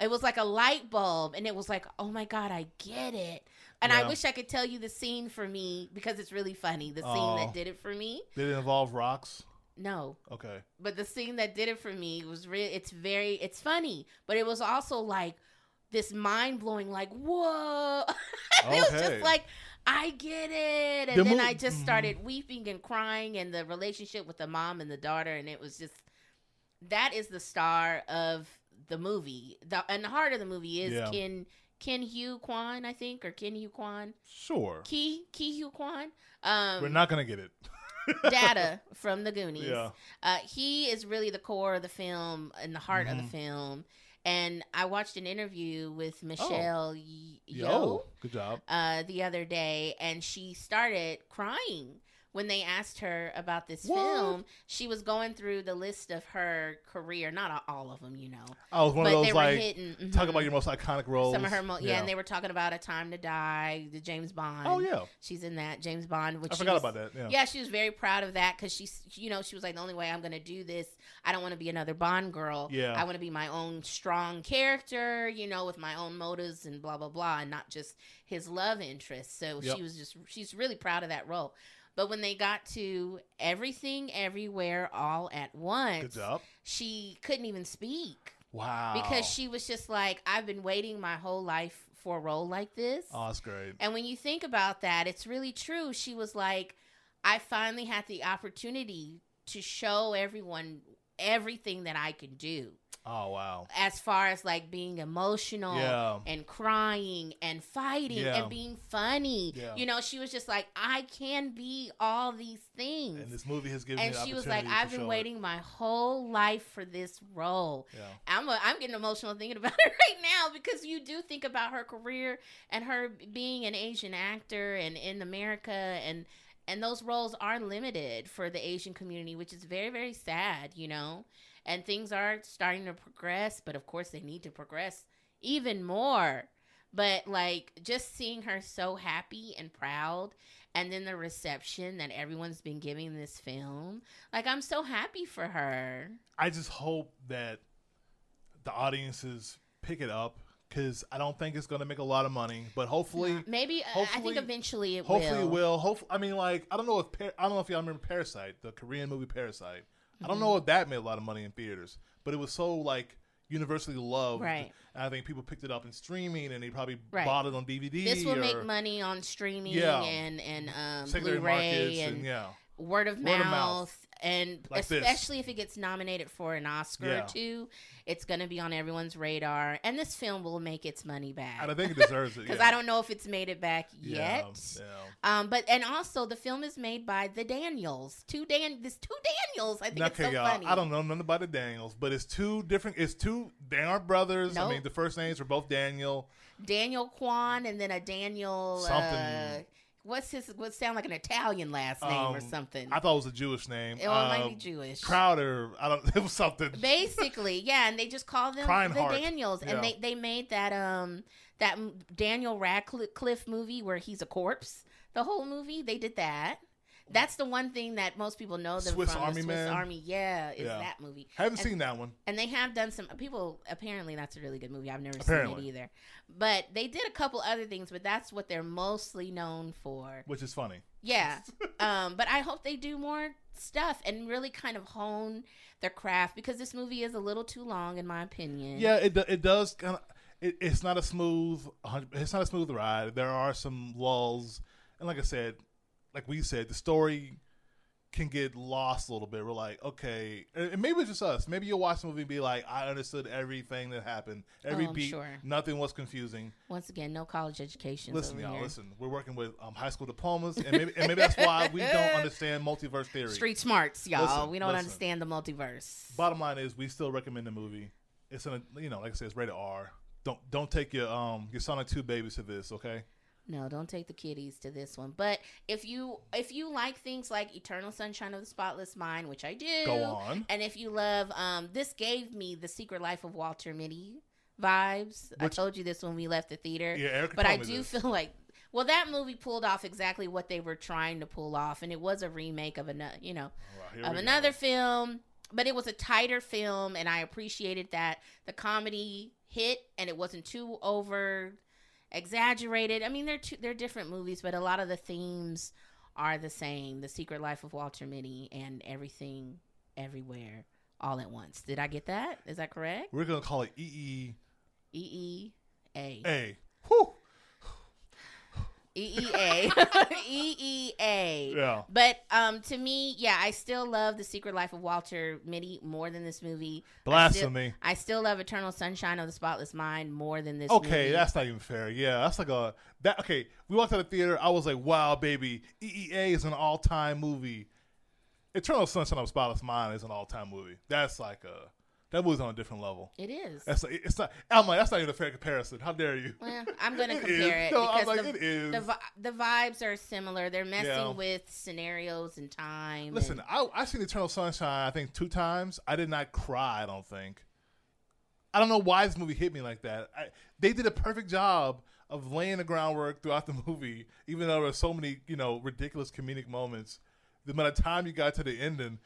Speaker 1: it was like a light bulb and it was like oh my god I get it and
Speaker 2: Yeah.
Speaker 1: I wish I could tell you the scene for me because it's really funny the scene
Speaker 2: Oh.
Speaker 1: that did it for me
Speaker 2: Did it involve rocks?
Speaker 1: no
Speaker 2: Okay.
Speaker 1: but the scene that did it for me was real it's very it's funny but it was also like this mind-blowing like whoa [LAUGHS] it was
Speaker 2: Okay.
Speaker 1: just like i get it and
Speaker 2: The
Speaker 1: then
Speaker 2: mo- Mm-hmm.
Speaker 1: i just started weeping and crying and the relationship with the mom and the daughter and it was just that is the star of the movie the, and the heart of the movie is
Speaker 2: Yeah.
Speaker 1: ken ken hugh kwan i think or ken hugh kwan
Speaker 2: Sure.
Speaker 1: key key hugh kwan um
Speaker 2: We're not gonna get it.
Speaker 1: data from the goonies
Speaker 2: [LAUGHS] Yeah.
Speaker 1: uh, he is really the core of the film and the heart of the
Speaker 2: Mm-hmm.
Speaker 1: film. And I watched an interview with Michelle Ye-
Speaker 2: Oh. Yo.
Speaker 1: Yeoh
Speaker 2: Good job.
Speaker 1: uh, the other day, and she started crying when they asked her about this
Speaker 2: What?
Speaker 1: film. She was going through the list of her career, not all of them, you know,
Speaker 2: I was one
Speaker 1: but
Speaker 2: of
Speaker 1: they
Speaker 2: those
Speaker 1: were
Speaker 2: like
Speaker 1: hitting. mhm.
Speaker 2: talk about your most iconic roles.
Speaker 1: some of her, mo- yeah, and they were talking about a time to die, the James Bond.
Speaker 2: Oh yeah.
Speaker 1: she's in that James Bond. Which
Speaker 2: I
Speaker 1: she
Speaker 2: forgot
Speaker 1: was-
Speaker 2: about that. Yeah.
Speaker 1: yeah, she was very proud of that because she, you know, she was like, the only way I'm going to do this, I don't want to be another Bond girl.
Speaker 2: Yeah.
Speaker 1: I want to be my own strong character, you know, with my own motives and blah, blah, blah, and not just his love interest. So
Speaker 2: Yep.
Speaker 1: she was just, she's really proud of that role. But when they got to everything, everywhere, all at
Speaker 2: Good
Speaker 1: once,
Speaker 2: job.
Speaker 1: she couldn't even speak
Speaker 2: Wow.
Speaker 1: because she was just like, I've been waiting my whole life for a role like this.
Speaker 2: Oh, that's great.
Speaker 1: And when you think about that, it's really true. She was like, I finally had the opportunity to show everyone everything that I can do
Speaker 2: Oh wow.
Speaker 1: as far as like being emotional
Speaker 2: Yeah.
Speaker 1: and crying and fighting
Speaker 2: Yeah.
Speaker 1: and being funny.
Speaker 2: Yeah.
Speaker 1: You know, she was just like, I can be all these things.
Speaker 2: And this movie has given
Speaker 1: And
Speaker 2: me an
Speaker 1: she was like,
Speaker 2: opportunity to
Speaker 1: I've
Speaker 2: show
Speaker 1: been
Speaker 2: it."
Speaker 1: waiting my whole life for this role.
Speaker 2: Yeah.
Speaker 1: I'm a, I'm getting emotional thinking about [LAUGHS] it right now because you do think about her career and her being an Asian actor and in America and and those roles are limited for the Asian community, which is very very sad, you know. And things are starting to progress, but of course they need to progress even more. But like just seeing her so happy and proud and then the reception that everyone's been giving this film, like I'm so happy for her.
Speaker 2: I just hope that the audiences pick it up because I don't think it's going to make a lot of money, but hopefully,
Speaker 1: Maybe uh, I
Speaker 2: hopefully-
Speaker 1: think eventually it
Speaker 2: hopefully
Speaker 1: will.
Speaker 2: it will. Hopefully, I mean, like I don't know if Par- I don't know if y'all remember Parasite, the Korean movie Parasite. I don't
Speaker 1: Mm-hmm.
Speaker 2: know if that made a lot of money in theaters, but it was so like universally loved.
Speaker 1: Right.
Speaker 2: And I think people picked it up in streaming, and they probably
Speaker 1: Right.
Speaker 2: bought it on DVD.
Speaker 1: This will
Speaker 2: or
Speaker 1: make money on streaming
Speaker 2: Yeah.
Speaker 1: and and um,
Speaker 2: secondary markets,
Speaker 1: Blu-ray
Speaker 2: and,
Speaker 1: and,
Speaker 2: yeah,
Speaker 1: word of
Speaker 2: Word
Speaker 1: mouth,
Speaker 2: of mouth.
Speaker 1: and
Speaker 2: Like this.
Speaker 1: especially if it gets nominated for an Oscar
Speaker 2: Yeah.
Speaker 1: or two, it's going to be on everyone's radar, and this film will make its money back.
Speaker 2: and I think
Speaker 1: [LAUGHS]
Speaker 2: it deserves it
Speaker 1: Because
Speaker 2: yeah.
Speaker 1: I don't know if it's made it back
Speaker 2: Yeah,
Speaker 1: yet.
Speaker 2: yeah.
Speaker 1: Um, but and also the film is made by the Daniels. Two Dan, this two Daniels. I think it's so
Speaker 2: Okay, y'all.
Speaker 1: funny.
Speaker 2: I don't know nothing about the Daniels, but it's two different. It's two. They aren't brothers. I
Speaker 1: Nope.
Speaker 2: mean, the first names are both Daniel.
Speaker 1: Daniel Kwan and then a Daniel
Speaker 2: Something.
Speaker 1: Uh, what's his? What sound like an Italian last name or
Speaker 2: Um,
Speaker 1: something? Oh,
Speaker 2: I thought it was a Jewish name.
Speaker 1: It well, it might
Speaker 2: Um,
Speaker 1: be Jewish.
Speaker 2: Crowder. I don't. [LAUGHS] It was something.
Speaker 1: Basically, yeah, and they just call them
Speaker 2: Prime
Speaker 1: the
Speaker 2: Heart.
Speaker 1: Daniels,
Speaker 2: Yeah.
Speaker 1: and they they made that um that m- Daniel Radcliffe movie where he's a corpse. The whole movie they did that. That's the one thing that most people know them
Speaker 2: Swiss
Speaker 1: from. the
Speaker 2: Army
Speaker 1: Swiss
Speaker 2: Man?
Speaker 1: Army, yeah, is
Speaker 2: Yeah.
Speaker 1: that movie.
Speaker 2: Haven't
Speaker 1: And-
Speaker 2: seen that one.
Speaker 1: And they have done some people apparently that's a really good movie. I've never
Speaker 2: Apparently.
Speaker 1: seen it either. But they did a couple other things, but that's what they're mostly known for.
Speaker 2: Which is funny. [LAUGHS]
Speaker 1: Yeah. um, but I hope they do more stuff and really kind of hone their craft because this movie is a little too long in my opinion.
Speaker 2: Yeah, it do- it does kind of. It, it's not a smooth. a hundred- It's not a smooth ride. There are some lulls, and like I said, like we said, the story can get lost a little bit. We're like, okay, and and maybe it's just us. Maybe you'll watch the movie and be like, I understood everything that happened, every
Speaker 1: Oh, I'm
Speaker 2: beat,
Speaker 1: sure.
Speaker 2: nothing was confusing.
Speaker 1: Once again, no college education.
Speaker 2: Listen,
Speaker 1: over
Speaker 2: y'all,
Speaker 1: here.
Speaker 2: listen. We're working with um, high school diplomas, and maybe, and maybe that's why we
Speaker 1: [LAUGHS]
Speaker 2: don't understand multiverse theory.
Speaker 1: Street smarts, y'all.
Speaker 2: Listen,
Speaker 1: we don't
Speaker 2: listen.
Speaker 1: understand the multiverse.
Speaker 2: Bottom line is, we still recommend the movie. It's in a, you know, like I said, it's rated R. Don't don't take your um your Sonic Two babies to this, okay?
Speaker 1: No, don't take the kiddies to this one. But if you if you like things like Eternal Sunshine of the Spotless Mind, which I do,
Speaker 2: Go on.
Speaker 1: and if you love, um, this gave me the Secret Life of Walter Mitty vibes. I
Speaker 2: Which-
Speaker 1: told you this when we left the theater,
Speaker 2: Yeah, Erica
Speaker 1: but
Speaker 2: told
Speaker 1: I
Speaker 2: me
Speaker 1: do
Speaker 2: this.
Speaker 1: feel like well, that movie pulled off exactly what they were trying to pull off, and it was a remake of another, you know,
Speaker 2: All right, here
Speaker 1: of
Speaker 2: we go.
Speaker 1: another film, but it was a tighter film, and I appreciated that the comedy hit and it wasn't too over exaggerated. I mean, they're two, they're different movies, but a lot of the themes are the same: the Secret Life of Walter Mitty and everything, everywhere, all at once. Did I get that? Is that correct?
Speaker 2: We're gonna call it E
Speaker 1: E E A
Speaker 2: [LAUGHS] E A. Whew.
Speaker 1: E E A [LAUGHS] E E A.
Speaker 2: Yeah.
Speaker 1: But um, to me, yeah, I still love The Secret Life of Walter Mitty more than this movie.
Speaker 2: Blasphemy.
Speaker 1: I still love Eternal Sunshine of the Spotless Mind more than this.
Speaker 2: Okay,
Speaker 1: movie.
Speaker 2: that's not even fair. Yeah, that's like a that. Okay, we walked out of the theater. I was like, "Wow, baby, EEA is an all-time movie." Eternal Sunshine of the Spotless Mind is an all-time movie. That's like a that movie's on a different level.
Speaker 1: it is.
Speaker 2: That's like, it's not. I'm like, that's not even a fair comparison. How dare you?
Speaker 1: [LAUGHS] Well, I'm gonna
Speaker 2: [LAUGHS] It is.
Speaker 1: compare it,
Speaker 2: No, I'm
Speaker 1: because
Speaker 2: like,
Speaker 1: the,
Speaker 2: it is.
Speaker 1: the vi- the vibes are similar. They're messing
Speaker 2: Yeah.
Speaker 1: with scenarios and time.
Speaker 2: Listen,
Speaker 1: and-
Speaker 2: I I seen Eternal Sunshine I think two times. I did not cry. I don't think. I don't know why this movie hit me like that. I, they did a perfect job of laying the groundwork throughout the [LAUGHS] movie, even though there were so many you know ridiculous comedic moments. The amount of time you got to the ending,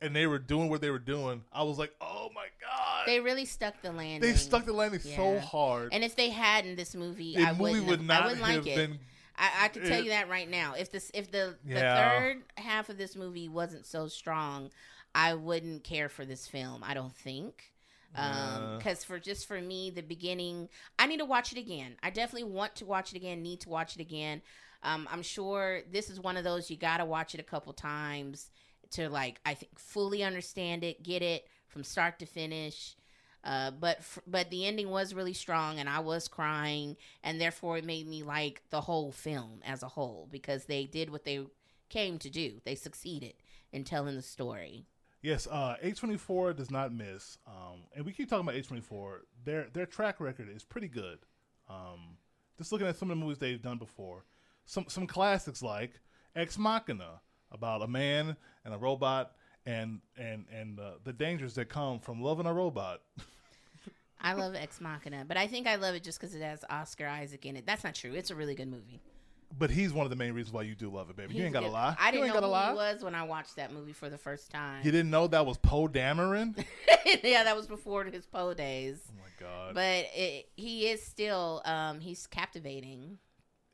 Speaker 2: and they were doing what they were doing, I was like, oh my god,
Speaker 1: they really stuck the landing.
Speaker 2: they, stuck the landing so
Speaker 1: Yeah.
Speaker 2: hard.
Speaker 1: And if they hadn't this movie,
Speaker 2: the
Speaker 1: I
Speaker 2: movie
Speaker 1: wouldn't.
Speaker 2: would
Speaker 1: have-
Speaker 2: not
Speaker 1: I wouldn't
Speaker 2: have
Speaker 1: like it.
Speaker 2: been.
Speaker 1: I, I could tell
Speaker 2: it-
Speaker 1: you that right now. If this, if the,
Speaker 2: Yeah.
Speaker 1: the third half of this movie wasn't so strong, I wouldn't care for this film. I don't think. Um,
Speaker 2: Yeah.
Speaker 1: 'cause cause for just for me, the beginning, I need to watch it again. I definitely want to watch it again. Need to watch it again. Um, I'm sure this is one of those you gotta watch it a couple times to like I think fully understand it, get it from start to finish. Uh, but f- but the ending was really strong, and I was crying, and therefore it made me like the whole film as a whole because they did what they came to do. They succeeded in telling the story.
Speaker 2: Yes, uh, A24 does not miss. Um, and we keep talking about A24. Their their track record is pretty good. Um, just looking at some of the movies they've done before. Some some classics like Ex Machina about a man and a robot and and and uh, the dangers that come from loving a robot.
Speaker 1: I love Ex Machina, but I think I love it just because it has Oscar Isaac in it. That's not true. It's a really good movie.
Speaker 2: But he's one of the main reasons why you do love it, baby. you
Speaker 1: He's
Speaker 2: ain't got to
Speaker 1: good.
Speaker 2: lie.
Speaker 1: I
Speaker 2: you
Speaker 1: didn't
Speaker 2: ain't
Speaker 1: know
Speaker 2: gotta
Speaker 1: who
Speaker 2: lie.
Speaker 1: he was when I watched that movie for the first time.
Speaker 2: You didn't know that was
Speaker 1: [LAUGHS]
Speaker 2: Poe Dameron? oh
Speaker 1: yeah, that was before his Poe days.
Speaker 2: my god.
Speaker 1: But it, he is still um, he's captivating.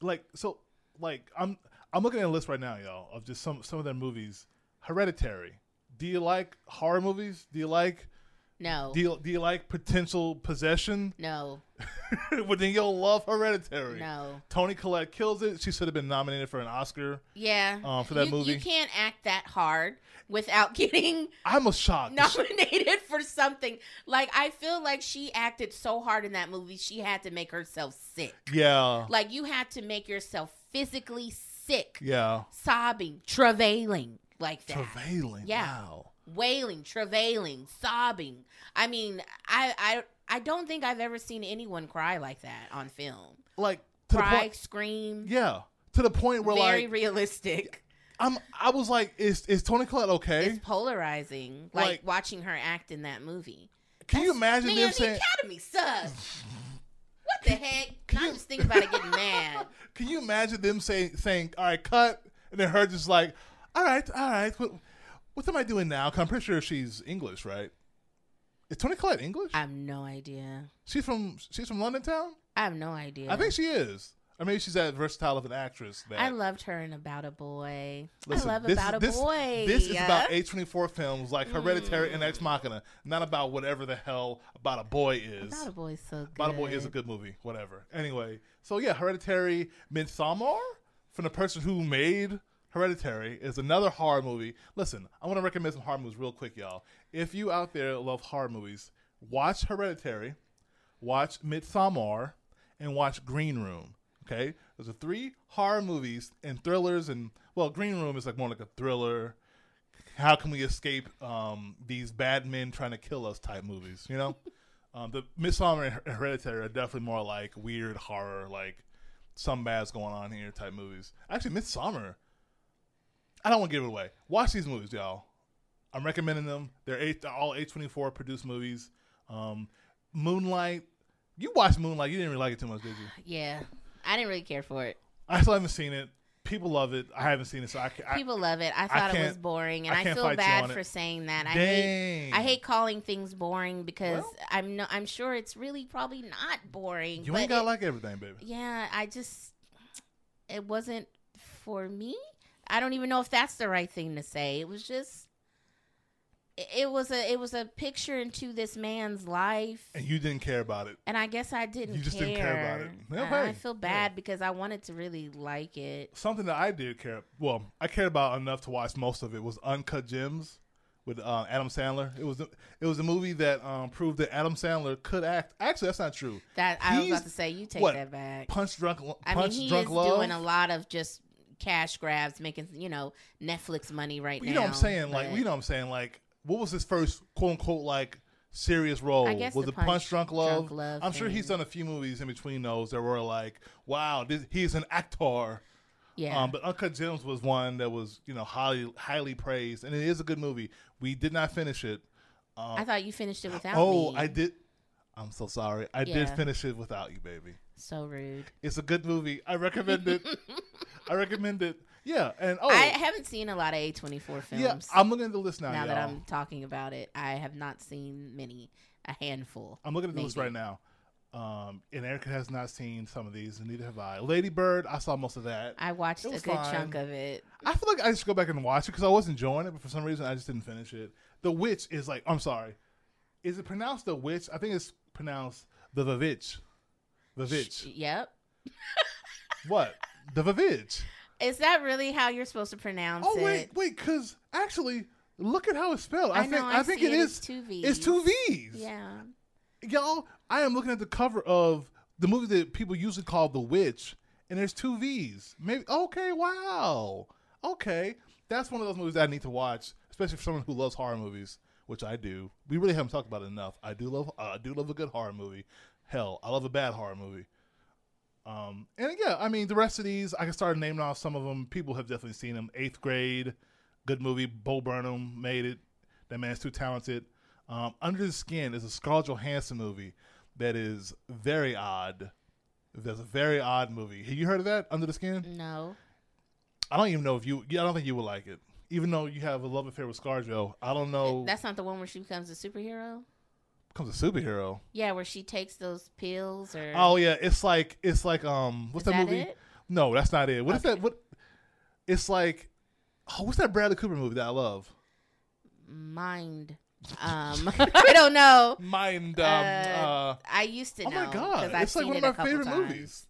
Speaker 2: like so like I'm I'm looking at a list right now, y'all, of just some some of their movies. Hereditary. Do you like horror movies? Do you like
Speaker 1: No,
Speaker 2: do you, do you like potential possession? [LAUGHS]
Speaker 1: no,
Speaker 2: well, then you'll love Hereditary.
Speaker 1: no.
Speaker 2: Tony Collette kills it. She should have been nominated for an Oscar.
Speaker 1: Yeah,
Speaker 2: Uh, for that
Speaker 1: you,
Speaker 2: movie?
Speaker 1: you can't act that hard without [LAUGHS]
Speaker 2: [LAUGHS]
Speaker 1: getting
Speaker 2: I'm a shock.
Speaker 1: nominated for something. Like I feel like she acted so hard in that movie, she had to make herself sick.
Speaker 2: Yeah,
Speaker 1: Like you had to make yourself physically sick,
Speaker 2: yeah.
Speaker 1: sobbing, travailing like that.
Speaker 2: Travailing.
Speaker 1: Yeah.
Speaker 2: Wow.
Speaker 1: wailing, travailing, sobbing. I mean, I I I don't think I've ever seen anyone cry like that on film.
Speaker 2: Like to the
Speaker 1: Cry,
Speaker 2: point.
Speaker 1: scream,
Speaker 2: Yeah, to the point where
Speaker 1: very
Speaker 2: like
Speaker 1: realistic.
Speaker 2: I'm. I was like, is is Tony Collette okay?
Speaker 1: It's polarizing, like,
Speaker 2: Like-
Speaker 1: watching her act in that movie.
Speaker 2: Can you
Speaker 1: That's-
Speaker 2: imagine
Speaker 1: Man,
Speaker 2: them
Speaker 1: the
Speaker 2: saying?
Speaker 1: Academy sucks. what the heck? And I just think about it
Speaker 2: [LAUGHS]
Speaker 1: getting mad.
Speaker 2: Can you imagine them saying, saying, all right, cut? And then her just like, all right, all right. What, what am I doing now? 'Cause I'm pretty sure she's English, right? Is Tony Collette English?
Speaker 1: I have no idea.
Speaker 2: she's from she's from London town.
Speaker 1: I have no idea.
Speaker 2: I think she is. Or maybe she's that versatile of an actress. That
Speaker 1: I loved her in About a Boy.
Speaker 2: Listen,
Speaker 1: I love
Speaker 2: this-
Speaker 1: About a
Speaker 2: this-
Speaker 1: Boy.
Speaker 2: This is about A24 films like Hereditary and Ex Machina, not about whatever the hell About a Boy is.
Speaker 1: About a Boy is so good.
Speaker 2: About a Boy is a good movie, whatever. Anyway, so yeah, Hereditary Midsommar from the person who made Hereditary is another horror movie. Listen, I want to recommend some horror movies real quick, y'all. If you out there love horror movies, watch Hereditary, watch Midsommar, and watch Green Room. Okay, those are three horror movies and thrillers, and well, Green Room is like more like a thriller. How can we escape um, these bad men trying to kill us type movies? You know, um, the Midsommar and Her- Hereditary are definitely more like weird horror, like some bad's going on here type movies. Actually, Midsommar. I don't want to give it away. Watch these movies, y'all. I'm recommending them. They're eight, they're all A24 produced movies. Um, Moonlight. You watched Moonlight. You didn't really like it too much, did you?
Speaker 1: [SIGHS] Yeah. I didn't really care for it.
Speaker 2: I still haven't seen it. People love it. I haven't seen it, so I, ca- I
Speaker 1: People love it. I thought it was
Speaker 2: can't-
Speaker 1: boring, and
Speaker 2: I
Speaker 1: I,
Speaker 2: can't fight
Speaker 1: feel
Speaker 2: you on
Speaker 1: bad
Speaker 2: it.
Speaker 1: for saying that. I hate.
Speaker 2: dang.
Speaker 1: I hate calling things boring because
Speaker 2: Well-
Speaker 1: I'm no, I'm sure it's really probably not boring.
Speaker 2: You
Speaker 1: but
Speaker 2: ain't gotta
Speaker 1: it-
Speaker 2: like everything, baby.
Speaker 1: yeah, I just it wasn't for me. I don't even know if that's the right thing to say. It was just it- it was a it was a picture into this man's life,
Speaker 2: And you didn't care about it.
Speaker 1: and I guess I didn't.
Speaker 2: You just
Speaker 1: care.
Speaker 2: didn't care about it. Yeah,
Speaker 1: I- I
Speaker 2: hey,
Speaker 1: feel
Speaker 2: yeah.
Speaker 1: bad because I wanted to really like it.
Speaker 2: Something that I did care. Well, I cared about enough to watch most of it was Uncut Gems with uh, Adam Sandler. It was it was a movie that um, proved that Adam Sandler could act. Actually, that's not true.
Speaker 1: That I was
Speaker 2: He's-
Speaker 1: about to say. You take
Speaker 2: what?
Speaker 1: that back.
Speaker 2: Punch drunk.
Speaker 1: I
Speaker 2: punch
Speaker 1: mean, he
Speaker 2: drunk
Speaker 1: is
Speaker 2: love.
Speaker 1: doing a lot of just cash grabs, making you know Netflix money right
Speaker 2: you
Speaker 1: now.
Speaker 2: know what I'm saying? Like
Speaker 1: but-
Speaker 2: you know what I'm saying? Like what was his first quote unquote like serious role?
Speaker 1: I guess
Speaker 2: was
Speaker 1: the
Speaker 2: it Punch,
Speaker 1: Punch
Speaker 2: Drunk
Speaker 1: Drunk
Speaker 2: Love?
Speaker 1: Love
Speaker 2: I'm sure he's
Speaker 1: thing.
Speaker 2: done a few movies in between those that were like, wow, this, he's an actor.
Speaker 1: yeah,
Speaker 2: Um, but Uncut Gems was one that was you know highly highly praised, and it is a good movie. We did not finish it.
Speaker 1: I thought you finished it without
Speaker 2: oh,
Speaker 1: me.
Speaker 2: I did. I'm so sorry. I did
Speaker 1: Yeah.
Speaker 2: finish it without you, baby.
Speaker 1: so rude.
Speaker 2: It's a good movie. I
Speaker 1: [LAUGHS]
Speaker 2: recommend it. I recommend it. Yeah, and oh
Speaker 1: I haven't seen a lot of A24 films.
Speaker 2: yeah, I'm looking at the list now.
Speaker 1: now
Speaker 2: y'all.
Speaker 1: that I'm talking about it, I have not seen many, a handful.
Speaker 2: I'm looking at the list
Speaker 1: Maybe.
Speaker 2: right now. Um, and Erica has not seen some of these, and neither have I. Lady Bird, I saw most of that.
Speaker 1: I watched
Speaker 2: It
Speaker 1: a
Speaker 2: was
Speaker 1: good
Speaker 2: fine.
Speaker 1: chunk of it.
Speaker 2: I feel like I should go back and watch it because I was enjoying it, but for some reason I just didn't finish it. The Witch is like, I'm sorry, is it pronounced the Witch? I think it's pronounced the Vavitch.
Speaker 1: Sh-
Speaker 2: Vavitch.
Speaker 1: Yep.
Speaker 2: what? The Vavitch.
Speaker 1: Is that really how you're supposed to pronounce
Speaker 2: Oh
Speaker 1: it?
Speaker 2: wait, wait, because actually, look at how it's spelled. I,
Speaker 1: I,
Speaker 2: think
Speaker 1: know.
Speaker 2: I,
Speaker 1: I,
Speaker 2: think
Speaker 1: see
Speaker 2: it
Speaker 1: as
Speaker 2: is.
Speaker 1: two V's.
Speaker 2: It's two V's.
Speaker 1: Yeah.
Speaker 2: y'all. I am looking at the cover of the movie that people usually call The Witch, and there's two V's. Maybe okay, wow, okay, that's one of those movies that I need to watch, especially for someone who loves horror movies, which I do. We really haven't talked about it enough. I do love, uh, I do love a good horror movie. Hell, I love a bad horror movie. Um, and yeah, I mean, the rest of these, I can start naming off some of them. People have definitely seen them. Eighth grade, good movie. Bo Burnham made it. That man's too talented. Um, Under the Skin is a Scarlett Johansson movie that is very odd. That's a very odd movie. Have you heard of that? Under the Skin?
Speaker 1: No.
Speaker 2: I don't even know if you. Yeah, I don't think you would like it. Even though you have a love affair with ScarJo, I don't know.
Speaker 1: That's not the one where she becomes a superhero.
Speaker 2: becomes a superhero.
Speaker 1: Yeah, where she takes those pills or
Speaker 2: Oh yeah, it's like it's like um, what's
Speaker 1: Is that
Speaker 2: movie?
Speaker 1: it?
Speaker 2: No, that's not it. What is that?
Speaker 1: Okay.
Speaker 2: What? It's like, oh, what's that Bradley Cooper movie that I love?
Speaker 1: mind. Um, [LAUGHS] I don't know.
Speaker 2: Mind.
Speaker 1: Uh,
Speaker 2: Um, uh,
Speaker 1: I used to
Speaker 2: oh
Speaker 1: know.
Speaker 2: my god,
Speaker 1: 'cause I've
Speaker 2: it's like
Speaker 1: seen
Speaker 2: one
Speaker 1: it
Speaker 2: of
Speaker 1: a
Speaker 2: my
Speaker 1: couple
Speaker 2: favorite
Speaker 1: times.
Speaker 2: movies.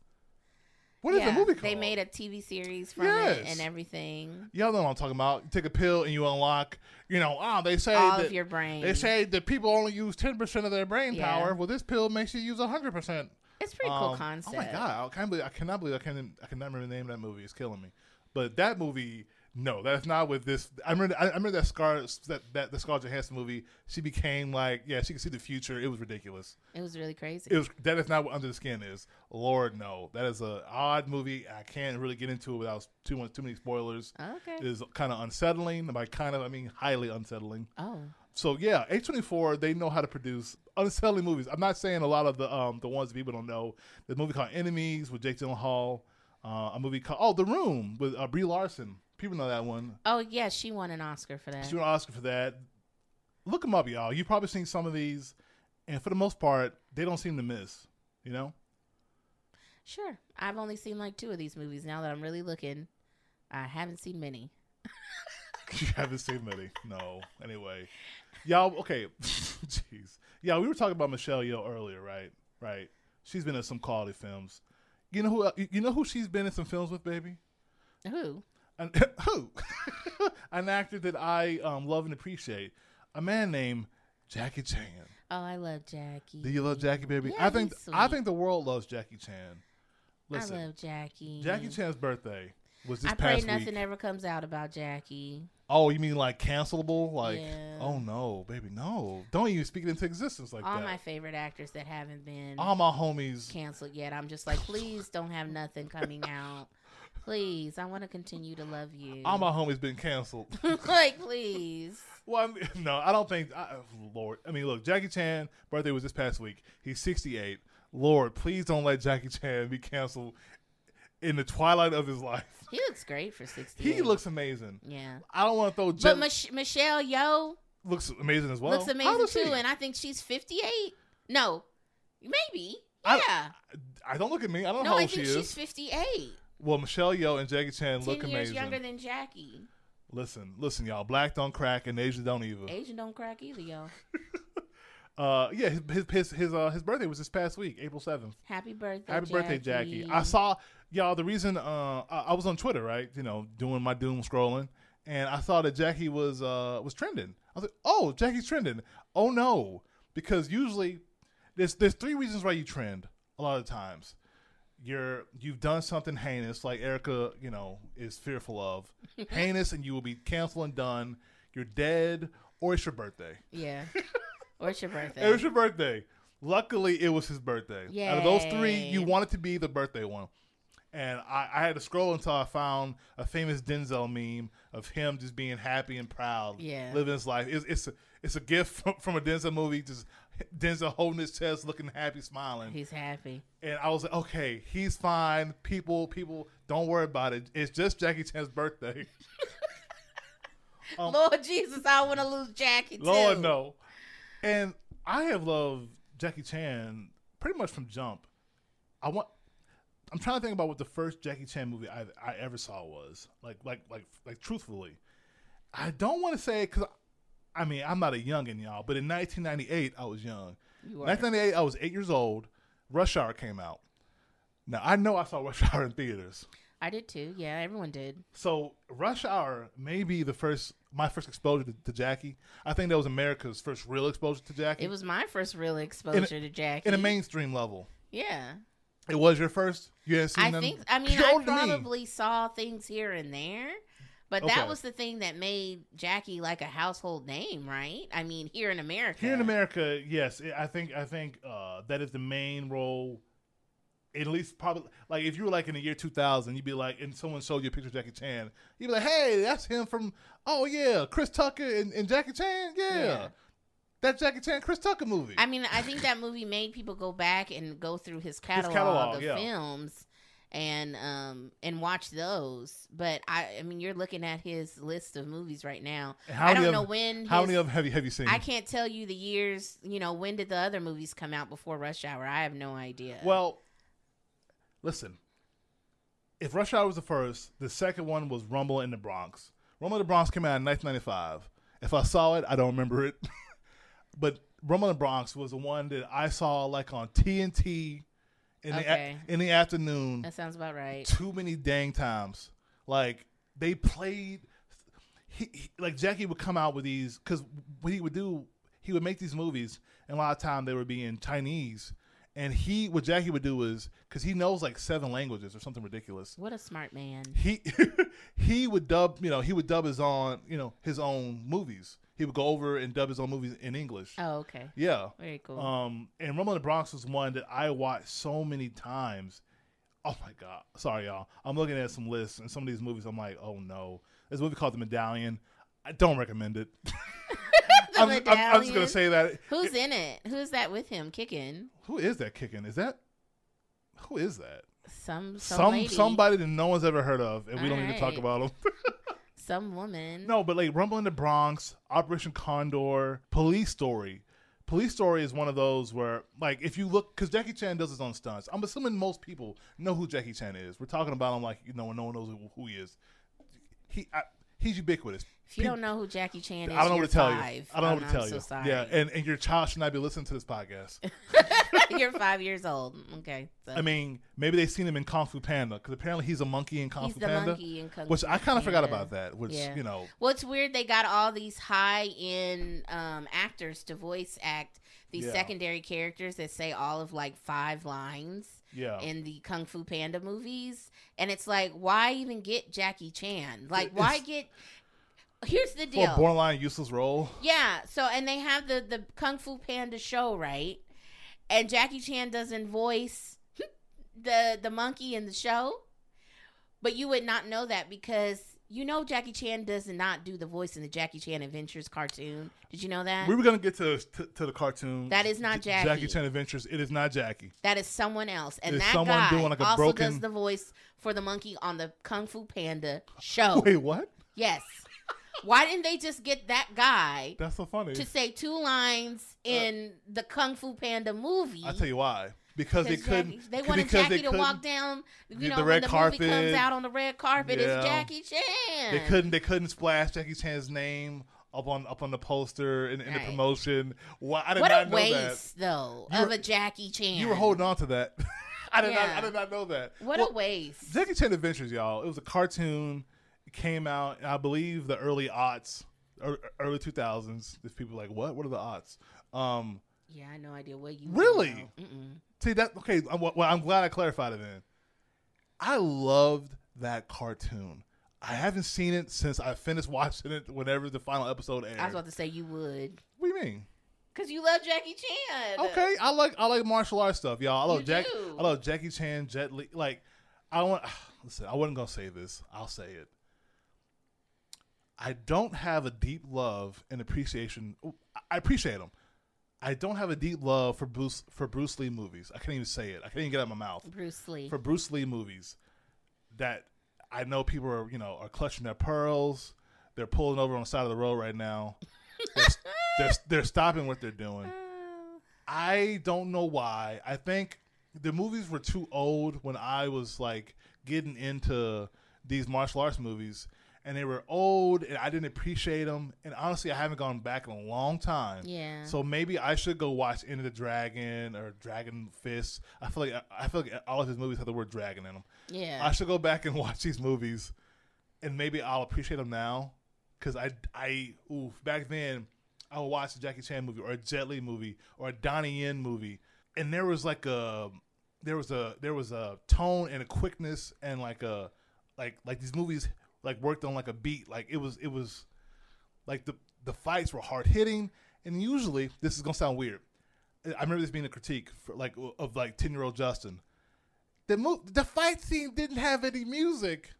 Speaker 2: What is
Speaker 1: Yeah,
Speaker 2: the movie called?
Speaker 1: They made a TV series from it
Speaker 2: Yes.
Speaker 1: and everything.
Speaker 2: Y'all know what I'm talking about. You take a pill and you unlock. You know, ah, they say
Speaker 1: All
Speaker 2: that
Speaker 1: of your brain.
Speaker 2: they say that people only use 10 percent of their brain
Speaker 1: Yeah.
Speaker 2: power. Well, this pill makes you use 100 percent.
Speaker 1: it's a pretty cool
Speaker 2: Um,
Speaker 1: concept.
Speaker 2: Oh my god, I can't believe I cannot believe I can I cannot remember the name of that movie. It's killing me. But that movie, no, that's not with this. I remember I, I remember that Scar that that the Scarlett Johansson movie. She became like yeah, she could see the future. It was ridiculous.
Speaker 1: It was really crazy.
Speaker 2: It was that is not what Under the Skin is. Lord no, that is a odd movie. I can't really get into it without too much too many spoilers.
Speaker 1: okay.
Speaker 2: It is kind of unsettling. By kind of I mean highly unsettling.
Speaker 1: oh.
Speaker 2: So yeah, A twenty four they know how to produce unsettling movies. I'm not saying a lot of the um the ones that people don't know. The movie called Enemies with Jake Gyllenhaal, uh, a movie called Oh The Room with uh, Brie Larson. People know that one.
Speaker 1: Oh yeah, she won an Oscar for that.
Speaker 2: She won an Oscar for that. Look them up, y'all. You've probably seen some of these, and for the most part, they don't seem to miss. You know,
Speaker 1: Sure. I've only seen like two of these movies now that I'm really looking. I haven't seen many.
Speaker 2: [LAUGHS] you haven't seen many. No. Anyway, y'all. Okay, [LAUGHS] jeez. Yeah, we were talking about Michelle Yeoh earlier, right? Right. She's been in some quality films. You know who? el- You know who she's been in some films with, baby?
Speaker 1: Who?
Speaker 2: An, [LAUGHS] who? An actor that I um, love and appreciate. A man named Jackie Chan.
Speaker 1: Oh, I love Jackie.
Speaker 2: Do you love Jackie, baby? I
Speaker 1: Yeah,
Speaker 2: think
Speaker 1: he's
Speaker 2: I
Speaker 1: sweet.
Speaker 2: think the world loves Jackie Chan. Listen,
Speaker 1: I love Jackie.
Speaker 2: Jackie Chan's birthday was this
Speaker 1: I pray
Speaker 2: past
Speaker 1: nothing
Speaker 2: week.
Speaker 1: ever comes out about Jackie.
Speaker 2: Oh, you mean like cancelable? Like,
Speaker 1: Yeah.
Speaker 2: oh no, baby, no! Don't even speak it into existence like
Speaker 1: All
Speaker 2: that.
Speaker 1: my favorite actors that haven't been
Speaker 2: All my homies.
Speaker 1: canceled yet. I'm just like, please don't have nothing coming out. Please, I want to continue to love you.
Speaker 2: [LAUGHS] All my homies been canceled.
Speaker 1: [LAUGHS]
Speaker 2: [LAUGHS]
Speaker 1: like, please.
Speaker 2: Well, I mean, no, I don't think. I, Lord, I mean, look, Jackie Chan birthday was this past week. He's sixty-eight. Lord, please don't let Jackie Chan be canceled in the twilight of his life.
Speaker 1: He looks great for 60.
Speaker 2: He looks amazing.
Speaker 1: Yeah.
Speaker 2: I don't want to throw.
Speaker 1: But
Speaker 2: Jen
Speaker 1: Mich- Michelle Yo
Speaker 2: looks amazing as well.
Speaker 1: looks
Speaker 2: How
Speaker 1: amazing
Speaker 2: does she?
Speaker 1: too, and I think she's 58. No, maybe.
Speaker 2: I-
Speaker 1: Yeah.
Speaker 2: I don't look at me. I don't
Speaker 1: no,
Speaker 2: know how
Speaker 1: I
Speaker 2: old she
Speaker 1: think
Speaker 2: is.
Speaker 1: she's 58.
Speaker 2: Well, Michelle Yeoh and Jackie
Speaker 1: 10
Speaker 2: Chan look
Speaker 1: years
Speaker 2: amazing.
Speaker 1: younger than Jackie.
Speaker 2: listen, listen, y'all. Black don't crack, and Asian don't either.
Speaker 1: Asian don't crack either, y'all.
Speaker 2: Uh, yeah, his his his his, uh, his birthday was this past week, April seventh.
Speaker 1: Happy birthday,
Speaker 2: Happy birthday, Jackie. I saw y'all the reason uh I, I was on Twitter, right? You know, doing my doom scrolling and I saw that Jackie was uh was trending. I was like, "Oh, Jackie's trending." Oh no, because usually there's there's three reasons why you trend a lot of times. You're you've done something heinous like Erica, you know, is fearful of. heinous and you will be canceled and done. You're dead or it's your birthday. [LAUGHS]
Speaker 1: Yeah. or it's your
Speaker 2: It was
Speaker 1: birthday.
Speaker 2: your birthday. Luckily, it was his birthday. Out of those three,
Speaker 1: Yay.
Speaker 2: you wanted to be the birthday one. And I, I had to scroll until I found a famous Denzel meme of him just being happy and proud,
Speaker 1: Yeah.
Speaker 2: living his life. It's it's a, it's a gift from, from a Denzel movie, just Denzel holding his chest, looking happy, smiling.
Speaker 1: He's happy.
Speaker 2: and I was like, okay, he's fine. People, people, don't worry about it. It's just Jackie Chan's birthday. Um,
Speaker 1: Lord Jesus, I want to lose Jackie too.
Speaker 2: Lord, no. And I have loved Jackie Chan pretty much from jump. I want. I'm trying to think about what the first Jackie Chan movie I, I ever saw was. Like, like, like, like. Truthfully, I don't want to say because, I mean, I'm not a youngin, y'all. But in 1998, I was young.
Speaker 1: You are.
Speaker 2: 1998, I was eight years old. Rush Hour came out. Now I know I saw Rush Hour in theaters.
Speaker 1: I did too. Yeah, everyone did.
Speaker 2: So Rush Hour may be the first my first exposure to, to Jackie. I think that was America's first real exposure to Jackie
Speaker 1: It was my first real exposure to Jackie.
Speaker 2: in a mainstream level.
Speaker 1: yeah.
Speaker 2: It was your first. You hadn't seen
Speaker 1: I
Speaker 2: them?
Speaker 1: think I mean
Speaker 2: [LAUGHS] You're
Speaker 1: I
Speaker 2: older than me.
Speaker 1: probably saw things here and there, but
Speaker 2: Okay.
Speaker 1: that was the thing that made Jackie like a household name, right? I mean, here in America.
Speaker 2: here in America. Yes, I- I think I think uh, that is the main role. At least probably like if you were like in the year 2000, you'd be like, and someone showed you a picture of Jackie Chan, you'd be like, hey, that's him from oh yeah, Chris Tucker and, and Jackie Chan, yeah.
Speaker 1: Yeah.
Speaker 2: That Jackie Chan Chris Tucker movie.
Speaker 1: I mean, I think that movie made people go back and go through his catalog,
Speaker 2: catalog,
Speaker 1: of
Speaker 2: yeah.
Speaker 1: films and um and watch those. But I I mean, you're looking at his list of movies right now.
Speaker 2: how
Speaker 1: I
Speaker 2: many
Speaker 1: don't
Speaker 2: of,
Speaker 1: know when
Speaker 2: How
Speaker 1: his-
Speaker 2: many of them have you have you seen?
Speaker 1: I can't tell you the years, you know, when did the other movies come out before Rush Hour? I have no idea.
Speaker 2: Well, listen. If Rush Hour was the first, the second one was Rumble in the Bronx. Rumble in the Bronx came out in 1995. If I saw it, I don't remember it. [LAUGHS] but Rumble in the Bronx was the one that I saw like on TNT in the a-
Speaker 1: Okay.
Speaker 2: in the afternoon
Speaker 1: that sounds about right.
Speaker 2: too many dang times. Like they played, he, he- like Jackie would come out with these because what he would do, he would make these movies, and a lot of time they would be in Chinese. And he, what Jackie would do is because he knows like seven languages or something ridiculous.
Speaker 1: What a smart man.
Speaker 2: He [LAUGHS] he would dub, you know, he would dub his own, you know, his own movies. He would go over and dub his own movies in English.
Speaker 1: Oh, okay.
Speaker 2: Yeah.
Speaker 1: Very cool.
Speaker 2: Um, and Rumble in the Bronx was one that I watched so many times. Oh my god! Sorry, y'all. I'm looking at some lists and some of these movies. I'm like, oh no. There's a movie called The Medallion. I don't recommend it.
Speaker 1: the
Speaker 2: I'm, I'm- I'm just gonna
Speaker 1: medallion.
Speaker 2: say that.
Speaker 1: Who's in it? Who's that with him kicking?
Speaker 2: Who is that kicking? Is that who is that?
Speaker 1: Some some,
Speaker 2: Some
Speaker 1: lady.
Speaker 2: somebody that no one's ever heard of, and we don't need to talk
Speaker 1: Alright.
Speaker 2: about them.
Speaker 1: some woman.
Speaker 2: No, but like Rumble in the Bronx, Operation Condor, Police Story. Police Story is one of those where, like, if you look, because Jackie Chan does his own stunts. I'm assuming most people know who Jackie Chan is. We're talking about him like, you know, when no one knows who, who he is. He I, he's ubiquitous.
Speaker 1: If you
Speaker 2: Pe-
Speaker 1: don't know who Jackie Chan is,
Speaker 2: I don't know
Speaker 1: you're
Speaker 2: what to tell you.
Speaker 1: five.
Speaker 2: I don't know
Speaker 1: I'm-
Speaker 2: what to tell
Speaker 1: I'm
Speaker 2: you.
Speaker 1: So sorry.
Speaker 2: Yeah, and, and your child should not be listening to this podcast.
Speaker 1: [LAUGHS] you're five years old. Okay, so
Speaker 2: I mean, maybe they've seen him in Kung Fu Panda because apparently he's a monkey in Kung
Speaker 1: he's
Speaker 2: Fu
Speaker 1: the
Speaker 2: Panda,
Speaker 1: monkey in Kung
Speaker 2: which
Speaker 1: Fu
Speaker 2: I kind of forgot
Speaker 1: Panda.
Speaker 2: about that. Which
Speaker 1: Yeah.
Speaker 2: you know,
Speaker 1: Well, it's weird they got all these high end um, actors to voice act these
Speaker 2: Yeah.
Speaker 1: secondary characters that say all of like five lines
Speaker 2: yeah.
Speaker 1: in the Kung Fu Panda movies, and it's like, why even get Jackie Chan? Like, why
Speaker 2: It's-
Speaker 1: get? Here's the
Speaker 2: For
Speaker 1: deal.
Speaker 2: a borderline useless role.
Speaker 1: Yeah. So and they have the the Kung Fu Panda show, right? And Jackie Chan doesn't voice [LAUGHS] the the monkey in the show, but you would not know that because you know Jackie Chan does not do the voice in the Jackie Chan Adventures cartoon. Did you know that?
Speaker 2: We were gonna get to to, to the cartoon.
Speaker 1: That is not
Speaker 2: J-
Speaker 1: Jackie.
Speaker 2: Jackie Chan Adventures. It is not Jackie.
Speaker 1: that is someone else, and
Speaker 2: There's
Speaker 1: that
Speaker 2: someone
Speaker 1: guy
Speaker 2: doing, like, a
Speaker 1: also does
Speaker 2: broken-
Speaker 1: the voice for the monkey on the Kung Fu Panda show.
Speaker 2: [LAUGHS] Wait, what?
Speaker 1: Yes. Why didn't they just get that guy
Speaker 2: That's so funny.
Speaker 1: to say two lines in the Kung Fu Panda movie.
Speaker 2: Uh, I'll tell you why. Because they
Speaker 1: Jackie,
Speaker 2: couldn't. [LAUGHS]
Speaker 1: they
Speaker 2: c-
Speaker 1: wanted
Speaker 2: because they
Speaker 1: Jackie to walk
Speaker 2: couldn't-
Speaker 1: down.
Speaker 2: the
Speaker 1: You know, when
Speaker 2: red
Speaker 1: the movie
Speaker 2: carpet.
Speaker 1: comes out on the red carpet,
Speaker 2: Yeah.
Speaker 1: it's Jackie Chan.
Speaker 2: They couldn't. They couldn't splash Jackie Chan's name up on up on the poster in, in the
Speaker 1: Right.
Speaker 2: promotion. Why? I did
Speaker 1: What
Speaker 2: not
Speaker 1: a
Speaker 2: know that.
Speaker 1: waste, though,
Speaker 2: You
Speaker 1: of
Speaker 2: were-
Speaker 1: a Jackie Chan.
Speaker 2: You were holding on to that. [LAUGHS] I did not. I
Speaker 1: Yeah.
Speaker 2: did not know that.
Speaker 1: What
Speaker 2: Well,
Speaker 1: a waste.
Speaker 2: Jackie Chan Adventures, y'all. It was a cartoon. It came out, I believe, the early aughts, or early two thousands. If people are like, what? What are the aughts? Um,
Speaker 1: yeah, I had no idea what you.
Speaker 2: Really?
Speaker 1: know. Mm-mm.
Speaker 2: See that? Okay. I'm, well, I'm glad I clarified it. Then I loved that cartoon. I haven't seen it since I finished [LAUGHS] watching it. Whenever the final episode aired.
Speaker 1: I was about to say you would,
Speaker 2: what do you mean?
Speaker 1: cause you love Jackie Chan.
Speaker 2: Okay, I like I like martial arts stuff, y'all. I love
Speaker 1: You
Speaker 2: Jack.
Speaker 1: do.
Speaker 2: I love Jackie Chan, Jet Li. Like, I want. [SIGHS] Listen, I wasn't gonna say this. I'll say it. I don't have a deep love and appreciation. I appreciate them. I don't have a deep love for Bruce for Bruce Lee movies. I can't even say it. I can't even get it out of my mouth
Speaker 1: Bruce Lee.
Speaker 2: for Bruce Lee movies that I know people are you know are clutching their pearls. They're pulling over on the side of the road right now. They're, [LAUGHS] they're, they're stopping what they're doing.
Speaker 1: Oh,
Speaker 2: I don't know why. I think the movies were too old when I was like getting into these martial arts movies, and they were old, and I didn't appreciate them. And honestly, I haven't gone back in a long time.
Speaker 1: yeah.
Speaker 2: So maybe I should go watch End of the Dragon or Dragon Fist. I feel like I feel like all of his movies have the word dragon in them.
Speaker 1: yeah.
Speaker 2: I should go back and [LAUGHS] watch these movies, and maybe I'll appreciate them now. Cause I, I, oof, back then, I would watch a Jackie Chan movie or a Jet Li movie or a Donnie Yen movie, and there was like a, there was a, there was a tone and a quickness and like a, like like these movies like worked on like a beat. Like it was it was, like the the fights were hard hitting, and usually this is gonna sound weird. I remember this being a critique for like of like ten year old Justin the mo- the fight scene didn't have any music.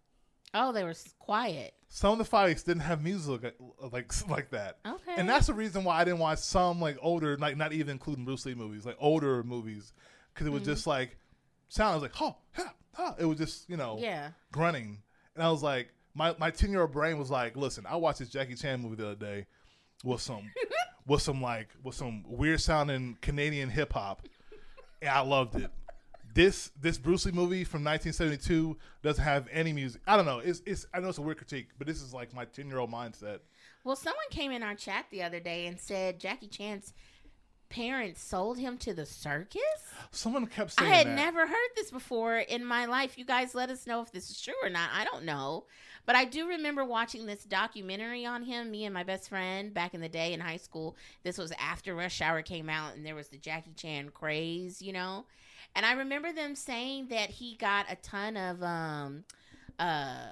Speaker 1: oh, they were s- quiet.
Speaker 2: Some of the fights didn't have music uh, like [LAUGHS] like, like that.
Speaker 1: Okay.
Speaker 2: And that's the reason why I didn't watch some like older, like not even including Bruce Lee movies, like older movies, because it was just like sounds like huh, huh, huh. It was just you know
Speaker 1: yeah.
Speaker 2: grunting, and I was like, my my ten year old brain was like, listen, I watched this Jackie Chan movie the other day
Speaker 1: [LAUGHS]
Speaker 2: with some with some like with some weird sounding Canadian hip hop, and I loved it. This this Bruce Lee movie from 1972 doesn't have any music. I don't know. It's it's I know it's a weird critique, but this is like my ten year old mindset.
Speaker 1: Well, someone came in our chat the other day and said Jackie Chan's parents sold him to the circus.
Speaker 2: Someone kept
Speaker 1: I
Speaker 2: saying
Speaker 1: had
Speaker 2: that.
Speaker 1: never heard this before in my life. You guys let us know if this is true or not. I don't know. But I do remember watching this documentary on him, me and my best friend back in the day in high school. This was after Rush Hour came out and there was the Jackie Chan craze, you know? And I remember them saying that he got a ton of um uh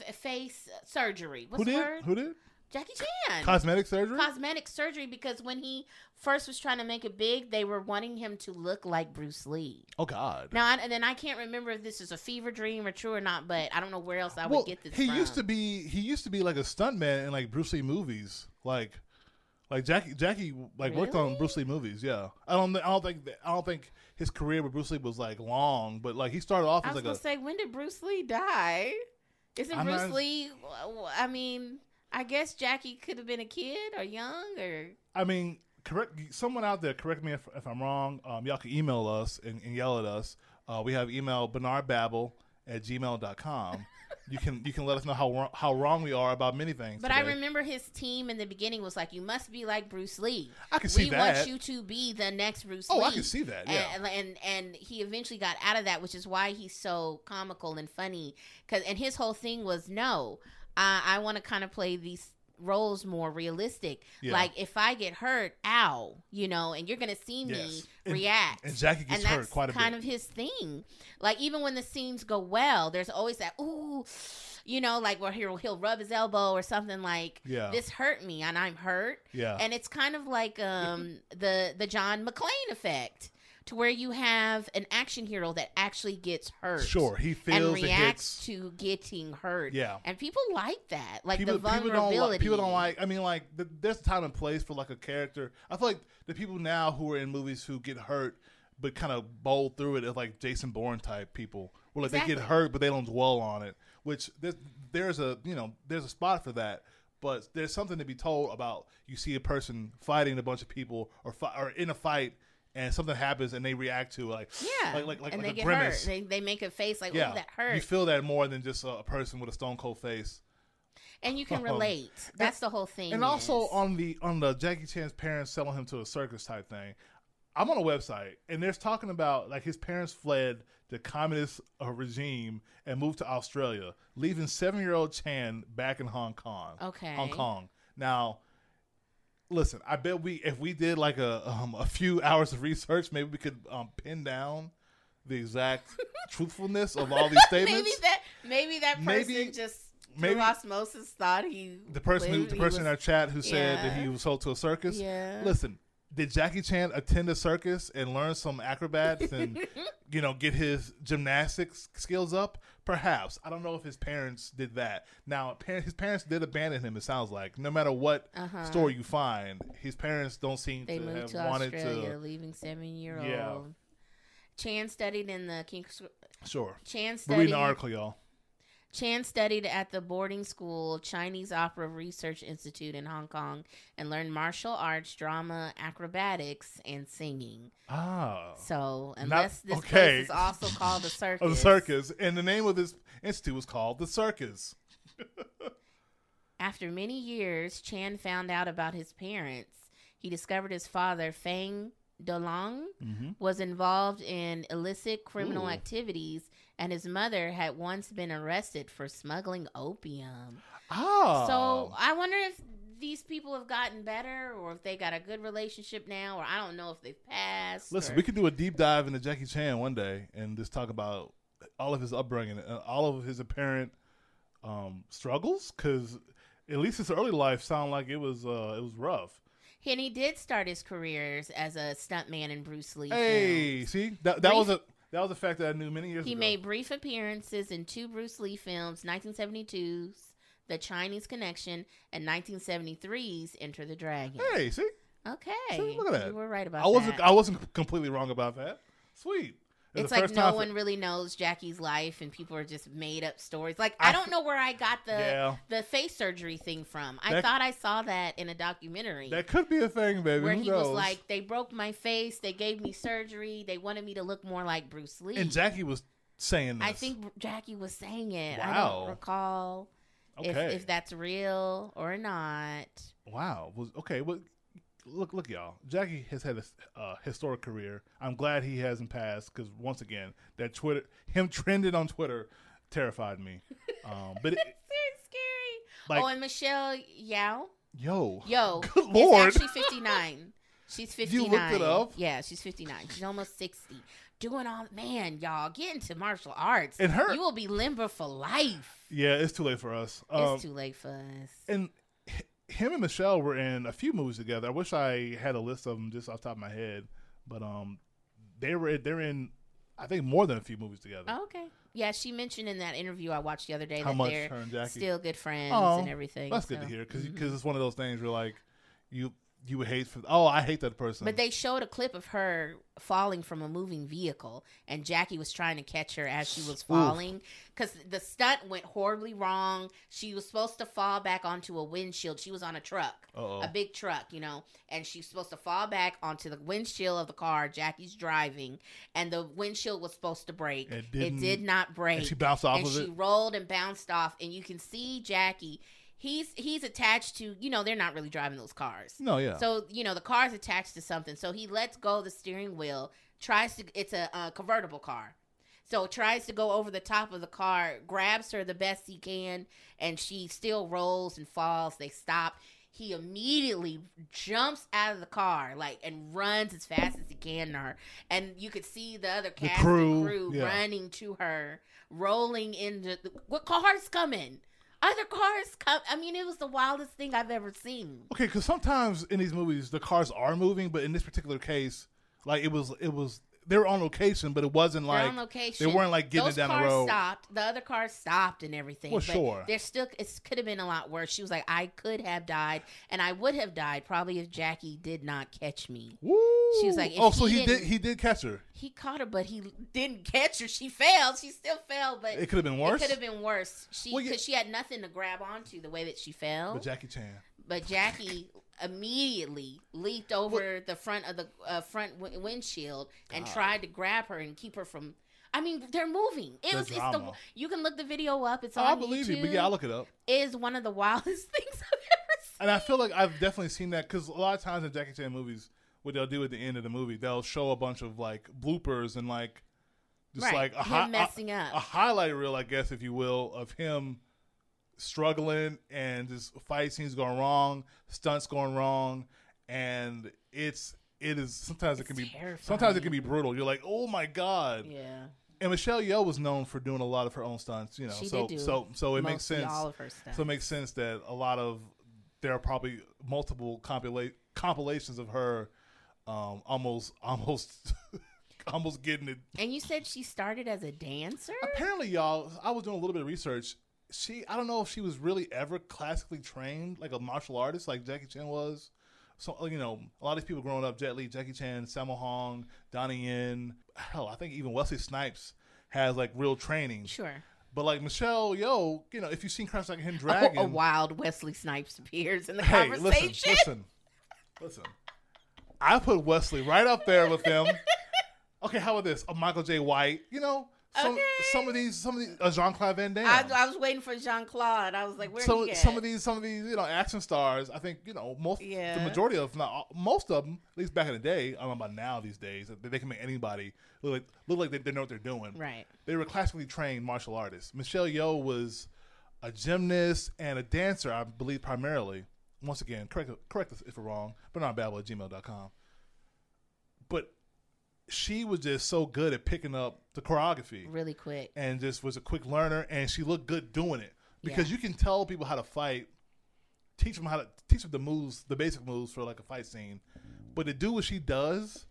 Speaker 1: f- face surgery. What's
Speaker 2: Who
Speaker 1: the
Speaker 2: did?
Speaker 1: word?
Speaker 2: Who did?
Speaker 1: Jackie Chan.
Speaker 2: Cosmetic surgery.
Speaker 1: cosmetic surgery because when he first was trying to make it big, they were wanting him to look like Bruce Lee.
Speaker 2: oh God.
Speaker 1: Now, I, and then I can't remember if this is a fever dream or true or not, but I don't know where else I would get this.
Speaker 2: He
Speaker 1: from.
Speaker 2: used to be he used to be like a stuntman in like Bruce Lee movies, like Like Jackie, Jackie like worked on Bruce Lee movies. Yeah, I don't, I don't think, I don't think his career with Bruce Lee was like long, but like he started off
Speaker 1: I
Speaker 2: as
Speaker 1: was
Speaker 2: like
Speaker 1: gonna
Speaker 2: a.
Speaker 1: say, when did Bruce Lee die? Isn't
Speaker 2: I'm
Speaker 1: Bruce
Speaker 2: not-
Speaker 1: Lee? w- I mean, I guess Jackie could have been a kid or young or
Speaker 2: I mean, correct. Someone out there, correct me if, if I'm wrong. Um, y'all can email us and, and yell at us. Uh, we have email bernardbabble at
Speaker 1: [LAUGHS]
Speaker 2: gmail.com. you can you can let us know how wrong, how wrong we are about many things.
Speaker 1: But I
Speaker 2: today.
Speaker 1: remember his team in the beginning was like, "You must be like Bruce Lee.
Speaker 2: I can see
Speaker 1: we
Speaker 2: that.
Speaker 1: want you to be the next Bruce
Speaker 2: Oh,
Speaker 1: Lee."
Speaker 2: I can see that. Yeah.
Speaker 1: And, and and he eventually got out of that, which is why he's so comical and funny. Cause and his whole thing was no, I, I want to kind of play these roles more realistic.
Speaker 2: Yeah.
Speaker 1: Like if I get hurt, ow, you know, and you're gonna see me
Speaker 2: Yes. And-
Speaker 1: react.
Speaker 2: and Jackie gets
Speaker 1: and
Speaker 2: hurt
Speaker 1: that's
Speaker 2: quite a
Speaker 1: kind
Speaker 2: bit.
Speaker 1: of his thing. Like even when the scenes go well, there's always that ooh, you know, like where he'll he'll rub his elbow or something like
Speaker 2: Yeah.
Speaker 1: this hurt me and I'm hurt,
Speaker 2: yeah.
Speaker 1: and it's kind of like um the the John McClane effect to where you have an action hero that actually gets hurt,
Speaker 2: Sure, he feels
Speaker 1: and
Speaker 2: it
Speaker 1: reacts
Speaker 2: hits.
Speaker 1: to getting hurt,
Speaker 2: Yeah.
Speaker 1: and people like that, like the
Speaker 2: people
Speaker 1: vulnerability.
Speaker 2: don't like. People don't like. I mean, like th- there's a time and place for like a character. I feel like the people now who are in movies who get hurt but kind of bowl through it is like Jason Bourne type people, where like they get
Speaker 1: Exactly.
Speaker 2: hurt but they don't dwell on it. Which there's, there's a you know there's a spot for that. But there's something to be told about you see a person fighting a bunch of people or fi- or in a fight and something happens and they react to it, like
Speaker 1: yeah,
Speaker 2: like like like,
Speaker 1: and
Speaker 2: like
Speaker 1: they
Speaker 2: a
Speaker 1: get
Speaker 2: grimace
Speaker 1: hurt. They, they make a face like,
Speaker 2: yeah
Speaker 1: "Oh, that
Speaker 2: you
Speaker 1: hurt,"
Speaker 2: feel that more than just a, a person with a stone cold face
Speaker 1: and you can
Speaker 2: [LAUGHS] Um,
Speaker 1: relate. That's the whole thing.
Speaker 2: and also
Speaker 1: is.
Speaker 2: on the on the Jackie Chan's parents selling him to a circus type thing. I'm on a website and there's talking about like his parents fled the communist uh, regime and moved to Australia, leaving seven year old Chan back in Hong Kong.
Speaker 1: Okay.
Speaker 2: Hong Kong. Now, listen, I bet we if we did like a um, a few hours of research, maybe we could um, pin down the exact
Speaker 1: [LAUGHS]
Speaker 2: truthfulness of all these statements.
Speaker 1: [LAUGHS] maybe that maybe that person
Speaker 2: Maybe-
Speaker 1: just
Speaker 2: maybe-
Speaker 1: through osmosis thought he
Speaker 2: the person who
Speaker 1: lived-
Speaker 2: the
Speaker 1: he
Speaker 2: person in our
Speaker 1: was-
Speaker 2: chat who said that
Speaker 1: Yeah.
Speaker 2: he was sold to a circus.
Speaker 1: Yeah.
Speaker 2: Listen, did Jackie Chan attend a circus and learn some acrobats and
Speaker 1: [LAUGHS]
Speaker 2: you know get his gymnastics skills up? Perhaps I don't know if his parents did that. Now, par- his parents did abandon him. It sounds like no matter what
Speaker 1: Uh-huh.
Speaker 2: story you find, his parents don't seem
Speaker 1: they
Speaker 2: to have
Speaker 1: moved to
Speaker 2: wanted
Speaker 1: Australia, leaving seven year old.
Speaker 2: Yeah.
Speaker 1: Chan studied in the King's
Speaker 2: to. Sure,
Speaker 1: Chan
Speaker 2: we're
Speaker 1: studied
Speaker 2: reading an article, y'all.
Speaker 1: Chan studied at the boarding school Chinese Opera Research Institute in Hong Kong and learned martial arts, drama, acrobatics, and singing.
Speaker 2: Ah,
Speaker 1: So unless this
Speaker 2: okay.
Speaker 1: place is also called a
Speaker 2: [LAUGHS]
Speaker 1: circus,
Speaker 2: of the circus, and the name of this institute was called the Circus.
Speaker 1: After many years, Chan found out about his parents. He discovered his father, Fang Dolong,
Speaker 2: Mm-hmm.
Speaker 1: was involved in illicit criminal
Speaker 2: Ooh.
Speaker 1: activities, and his mother had once been arrested for smuggling opium.
Speaker 2: Ah,
Speaker 1: So I wonder if these people have gotten better, or if they got a good relationship now, or I don't know if they've passed.
Speaker 2: Listen,
Speaker 1: or-
Speaker 2: we could do a deep dive into Jackie Chan one day and just talk about all of his upbringing, and all of his apparent um, struggles, because at least his early life sounded like it was uh, it was rough.
Speaker 1: and he did start his careers as a stuntman in Bruce Lee. films.
Speaker 2: Hey, see that that was
Speaker 1: Brief-
Speaker 2: a that was a fact that I knew many years
Speaker 1: He
Speaker 2: ago.
Speaker 1: made brief appearances in two Bruce Lee films, 1972's The Chinese Connection and 1973's Enter the Dragon.
Speaker 2: hey, see,
Speaker 1: Okay.
Speaker 2: See, look at that.
Speaker 1: You were right about
Speaker 2: I wasn't
Speaker 1: that.
Speaker 2: I wasn't completely wrong about that. Sweet. was
Speaker 1: it's
Speaker 2: the
Speaker 1: like
Speaker 2: first
Speaker 1: no
Speaker 2: time for-
Speaker 1: one really knows Jackie's life and people are just made up stories. Like
Speaker 2: I
Speaker 1: I, don't know where I got the
Speaker 2: Yeah.
Speaker 1: the face surgery thing from. I
Speaker 2: That-
Speaker 1: thought I saw that in a documentary.
Speaker 2: That could be a thing, baby.
Speaker 1: where
Speaker 2: Who
Speaker 1: he
Speaker 2: knows?
Speaker 1: was like, they broke my face. They gave me surgery. They wanted me to look more like Bruce Lee.
Speaker 2: and Jackie was saying this.
Speaker 1: I think Jackie was saying it. I
Speaker 2: Wow.
Speaker 1: don't recall.
Speaker 2: okay.
Speaker 1: if, if that's real or not.
Speaker 2: Wow. Was okay. Well, look, look, y'all. Jackie has had a s- uh, historic career. I'm glad he hasn't passed because once again, that Twitter, him [LAUGHS] trending on Twitter, terrified me.
Speaker 1: [LAUGHS]
Speaker 2: Um, but it,
Speaker 1: It's scary.
Speaker 2: like,
Speaker 1: oh, and Michelle Yao,
Speaker 2: yo, [LAUGHS]
Speaker 1: yo,
Speaker 2: Good
Speaker 1: is
Speaker 2: Lord.
Speaker 1: actually fifty nine. She's fifty
Speaker 2: [LAUGHS] You
Speaker 1: nine.
Speaker 2: looked it up?
Speaker 1: Yeah, she's fifty nine. She's almost sixty. Doing all man, y'all get into martial arts.
Speaker 2: And her-
Speaker 1: you will be limber for life.
Speaker 2: yeah, it's too late for us. Um,
Speaker 1: it's too late for us.
Speaker 2: and h- him and Michelle were in a few movies together. I wish I had a list of them just off the top of my head, but um, they were they're in, I think more than a few movies together.
Speaker 1: Oh, okay. Yeah, she mentioned in that interview I watched the other day
Speaker 2: How
Speaker 1: that
Speaker 2: much
Speaker 1: they're
Speaker 2: her and Jackie?
Speaker 1: still good friends
Speaker 2: Oh,
Speaker 1: and everything.
Speaker 2: That's good to
Speaker 1: so-
Speaker 2: hear because it's one of those things where like you you would hate for. Oh, I hate that person.
Speaker 1: But they showed a clip of her falling from a moving vehicle, and Jackie was trying to catch her as she was falling because the stunt went horribly wrong. She was supposed to fall back onto a windshield. She was on a truck,
Speaker 2: Uh-oh.
Speaker 1: a big truck, you know, and she's supposed to fall back onto the windshield of the car. Jackie's driving, and the windshield was supposed to break.
Speaker 2: It
Speaker 1: It
Speaker 2: didn't-
Speaker 1: did not break
Speaker 2: and she bounced off
Speaker 1: and
Speaker 2: of
Speaker 1: she
Speaker 2: it.
Speaker 1: rolled and bounced off and you can see jackie he's he's attached to you know they're not really driving those cars
Speaker 2: No, yeah.
Speaker 1: so you know the car's attached to something so he lets go of the steering wheel tries to it's a, uh convertible car so tries to go over the top of the car grabs her the best he can and she still rolls and falls they stop he immediately jumps out of the car like and runs as fast as he can to her and you could see the other cast and
Speaker 2: crew,
Speaker 1: crew
Speaker 2: yeah.
Speaker 1: running to her rolling into the, what car's coming other cars come i mean it was the wildest thing i've ever seen
Speaker 2: okay, because sometimes in these movies the cars are moving, but in this particular case, like it was, it was they were on location, but it wasn't
Speaker 1: They're
Speaker 2: like
Speaker 1: on location.
Speaker 2: they weren't like getting
Speaker 1: Those
Speaker 2: it down the
Speaker 1: cars
Speaker 2: road.
Speaker 1: Stopped. The other car stopped and everything.
Speaker 2: Well,
Speaker 1: but
Speaker 2: sure.
Speaker 1: There still it could have been a lot worse. She was like, I could have died, and I would have died probably if Jackie did not catch me.
Speaker 2: Woo!
Speaker 1: She was like, if
Speaker 2: oh, so
Speaker 1: he
Speaker 2: he did,
Speaker 1: didn't-
Speaker 2: he did catch her.
Speaker 1: He caught her, but he didn't catch her. She failed. She still failed, but
Speaker 2: It
Speaker 1: it
Speaker 2: could have been worse.
Speaker 1: could have been worse. She
Speaker 2: Well,
Speaker 1: because
Speaker 2: yeah.
Speaker 1: she had nothing to grab onto the way that she fell.
Speaker 2: But Jackie Chan.
Speaker 1: but Jackie immediately leaped over the front of the uh, front w- windshield and tried to grab her and keep her from. I mean, they're moving. It
Speaker 2: The
Speaker 1: was. It's the,
Speaker 2: drama. Oh,
Speaker 1: you can look the video up. It's on
Speaker 2: I believe
Speaker 1: YouTube.
Speaker 2: you, but yeah, I'll look it up.
Speaker 1: It is one of the wildest [LAUGHS] things I've ever seen.
Speaker 2: And I feel like I've definitely seen that because a lot of times in Jackie Chan movies, what they'll do at the end of the movie, they'll show a bunch of like bloopers and like just
Speaker 1: Right,
Speaker 2: like uh, a,
Speaker 1: him
Speaker 2: hi-
Speaker 1: messing
Speaker 2: a,
Speaker 1: up.
Speaker 2: a highlight reel, I guess, if you will, of him struggling and just fight scenes going wrong, stunts going wrong, and it's it is sometimes it
Speaker 1: It's
Speaker 2: can be
Speaker 1: terrifying.
Speaker 2: sometimes it can be brutal. You're like, oh my god.
Speaker 1: Yeah,
Speaker 2: And Michelle Yeoh was known for doing a lot of her own stunts, you know.
Speaker 1: She
Speaker 2: so
Speaker 1: did do
Speaker 2: so so it makes
Speaker 1: mostly
Speaker 2: sense.
Speaker 1: All of her stuff.
Speaker 2: So it makes sense that a lot of there are probably multiple compila- compilations of her um, almost [LAUGHS] almost almost getting it.
Speaker 1: and you said she started as a dancer.
Speaker 2: Apparently, y'all, I was doing a little bit of research. She, I don't know if she was really ever classically trained like a martial artist, like Jackie Chan was. So uh, you know, a lot of these people growing up, Jet Li, Jackie Chan, Sammo Hong, Donnie Yen, hell, I think even Wesley Snipes has like real training.
Speaker 1: Sure.
Speaker 2: But like Michelle Yo, you know, if you've seen Crouch Like Hidden
Speaker 1: Oh,
Speaker 2: Dragon,
Speaker 1: a wild Wesley Snipes appears in the
Speaker 2: Hey,
Speaker 1: conversation.
Speaker 2: listen, listen, listen. I put Wesley right up there with
Speaker 1: [LAUGHS]
Speaker 2: him. Okay, how about this? A Michael J. White, you know, some
Speaker 1: Okay.
Speaker 2: some of these, some of these, uh, Jean Claude Van Damme.
Speaker 1: I, I was waiting for Jean Claude. I was like, where
Speaker 2: some
Speaker 1: he at?
Speaker 2: some of these, some of these, you know, action stars. I think you know most,
Speaker 1: Yeah.
Speaker 2: the majority of, if not all, most of them, at least back in the day. I don't know about now these days. that They can make anybody look like look like they, they know what they're doing.
Speaker 1: Right.
Speaker 2: They were classically trained martial artists. Michelle Yeoh was a gymnast and a dancer, I believe, primarily. Once again, correct correct us if we're wrong, but not babble at gmail.com. But she was just so good at picking up the choreography
Speaker 1: really quick.
Speaker 2: and just was a quick learner and she looked good doing it because
Speaker 1: Yeah.
Speaker 2: you can tell people how to fight teach them how to teach them the moves the basic moves for like a fight scene but to do what she does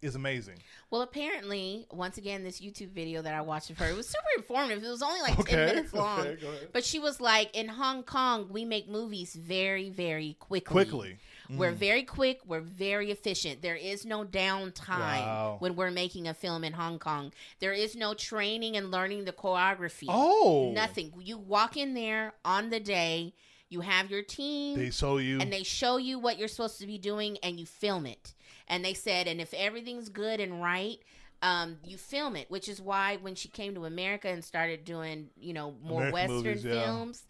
Speaker 2: is amazing
Speaker 1: Well, apparently, once again, this YouTube video that I watched of her it was super informative. It was only like ten
Speaker 2: [LAUGHS] Okay,
Speaker 1: minutes long,
Speaker 2: okay, go ahead.
Speaker 1: but she was like, "In Hong Kong, we make movies very, very quickly.
Speaker 2: quickly Mm.
Speaker 1: We're very quick. We're very efficient. There is no downtime
Speaker 2: Wow.
Speaker 1: when we're making a film in Hong Kong. There is no training and learning the choreography.
Speaker 2: oh
Speaker 1: nothing. You walk in there on the day. You have your team.
Speaker 2: they show you
Speaker 1: and they show you what you're supposed to be doing and you film it and they said and if everything's good and right um, you film it which is why when she came to america and started doing you know more
Speaker 2: American
Speaker 1: western
Speaker 2: movies, yeah.
Speaker 1: films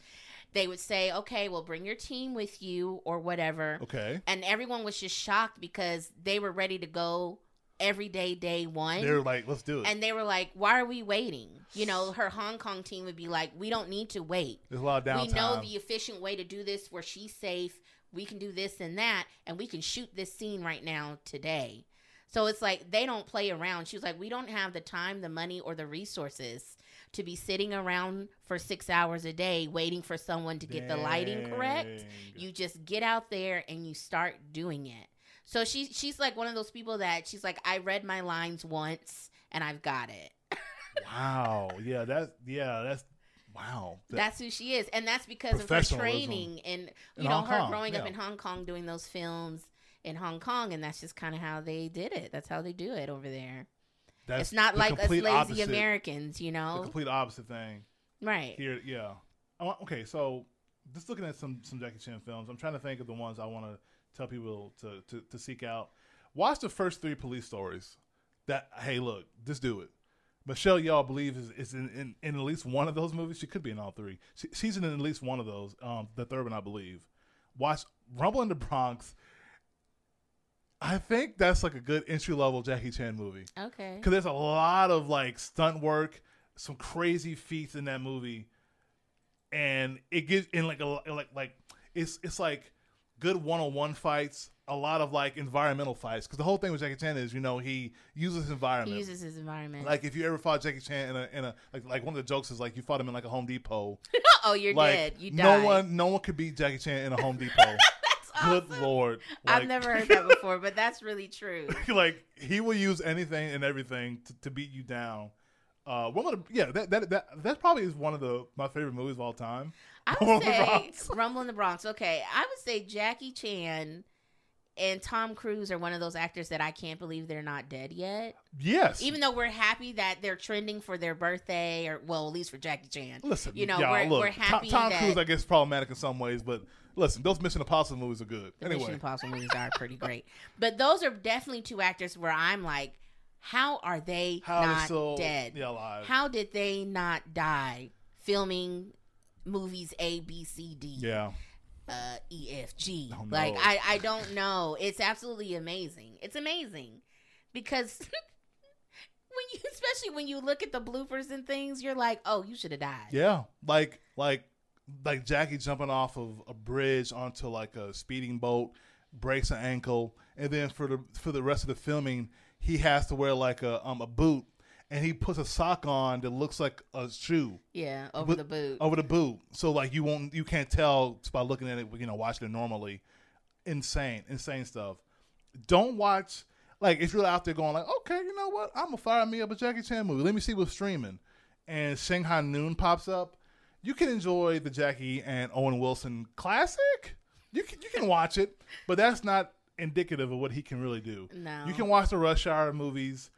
Speaker 1: they would say okay well bring your team with you or whatever
Speaker 2: okay
Speaker 1: and everyone was just shocked because they were ready to go every day day one
Speaker 2: they're like let's do it
Speaker 1: and they were like why are we waiting you know her hong kong team would be like we don't need to wait
Speaker 2: there's a lot of downtime
Speaker 1: we know the efficient way to do this where she's safe. We can do this and that, and we can shoot this scene right now today. So it's like they don't play around. She was like, we don't have the time, the money, or the resources to be sitting around for six hours a day waiting for someone to get the lighting correct.
Speaker 2: Dang.
Speaker 1: You just get out there and you start doing it. So she she's like one of those people that she's like, I read my lines once and I've got it.
Speaker 2: wow yeah that's yeah that's Wow. That-
Speaker 1: That's who she is, and that's because of her
Speaker 2: Professionalism.
Speaker 1: training and you
Speaker 2: In
Speaker 1: know
Speaker 2: Hong
Speaker 1: her
Speaker 2: Kong,
Speaker 1: growing up
Speaker 2: yeah.
Speaker 1: in Hong Kong doing those films in Hong Kong, and that's just kind of how they did it. That's how they do it over there.
Speaker 2: that's
Speaker 1: it's not
Speaker 2: the
Speaker 1: like us
Speaker 2: complete
Speaker 1: lazy
Speaker 2: opposite-
Speaker 1: Americans, you
Speaker 2: The
Speaker 1: know,
Speaker 2: complete opposite thing.
Speaker 1: right?
Speaker 2: Here, yeah. Oh, okay, so just looking at some some Jackie Chan films, I'm trying to think of the ones I want to tell people to, to to seek out. Watch the first three police stories. That hey, look, just do it. Michelle Yeoh, I believe, is, is in, in, in at least one of those movies. She could be in all three. She, she's in at least one of those. Um, the third one, I believe. Watch Rumble in the Bronx. I think that's like a good entry level Jackie Chan movie
Speaker 1: Okay,
Speaker 2: because there's a lot of like stunt work, some crazy feats in that movie, and it gives in like a like like it's it's like good one on one fights, a lot of like environmental fights. Because the whole thing with Jackie Chan is you know he uses
Speaker 1: he
Speaker 2: environment.
Speaker 1: uses his environment.
Speaker 2: like if you ever fought Jackie Chan in a in a like like one of the jokes is like you fought him in like a Home Depot.
Speaker 1: oh, you're
Speaker 2: like
Speaker 1: dead. You
Speaker 2: no
Speaker 1: died.
Speaker 2: one no one could beat Jackie Chan in a Home Depot.
Speaker 1: [LAUGHS] That's
Speaker 2: good
Speaker 1: awesome.
Speaker 2: lord!
Speaker 1: I've
Speaker 2: Like- [LAUGHS]
Speaker 1: never heard that before, but that's really true.
Speaker 2: like he will use anything and everything to, to beat you down. Uh, one of the yeah that that that that probably is one of the my favorite movies of all time.
Speaker 1: I
Speaker 2: Rumble in
Speaker 1: would
Speaker 2: the
Speaker 1: say
Speaker 2: Bronx. [LAUGHS]
Speaker 1: Rumble in the Bronx. Okay, I would say Jackie Chan and Tom Cruise are one of those actors that I can't believe they're not dead yet.
Speaker 2: Yes,
Speaker 1: Even though we're happy that they're trending for their birthday, or well, at least for Jackie Chan.
Speaker 2: listen,
Speaker 1: you know,
Speaker 2: y'all,
Speaker 1: we're-
Speaker 2: look,
Speaker 1: we're happy
Speaker 2: Tom, Tom
Speaker 1: that-
Speaker 2: Cruise I guess is problematic in some ways, but listen, those Mission Impossible movies are good.
Speaker 1: The Mission
Speaker 2: anyway,
Speaker 1: Impossible movies are pretty great, but those are definitely two actors where I'm like, how are they
Speaker 2: how they're
Speaker 1: not
Speaker 2: still
Speaker 1: dead?
Speaker 2: yeah alive?
Speaker 1: How did they not die filming movies A, B, C, D?
Speaker 2: yeah,
Speaker 1: uh, EFG.
Speaker 2: Oh, no.
Speaker 1: Like I, I don't know. It's absolutely amazing. It's amazing because [LAUGHS] when you, especially when you look at the bloopers and things, you're like, oh, you should have died.
Speaker 2: yeah, like like like Jackie jumping off of a bridge onto like a speeding boat, breaks an ankle, and then for the for the rest of the filming, he has to wear like a um a boot, and he puts a sock on that looks like a shoe
Speaker 1: Yeah, over
Speaker 2: But-
Speaker 1: the boot.
Speaker 2: over the boot. So like you won't you can't tell just by looking at it, you know, watching it normally. Insane, insane stuff. Don't watch like if you're out there going like, okay, you know what? I'm gonna fire me up a Jackie Chan movie. Let me see what's streaming. And Shanghai Noon pops up. You can enjoy the Jackie and Owen Wilson classic. You can, you can watch it, but that's not indicative of what he can really do.
Speaker 1: No.
Speaker 2: You can watch the Rush Hour movies.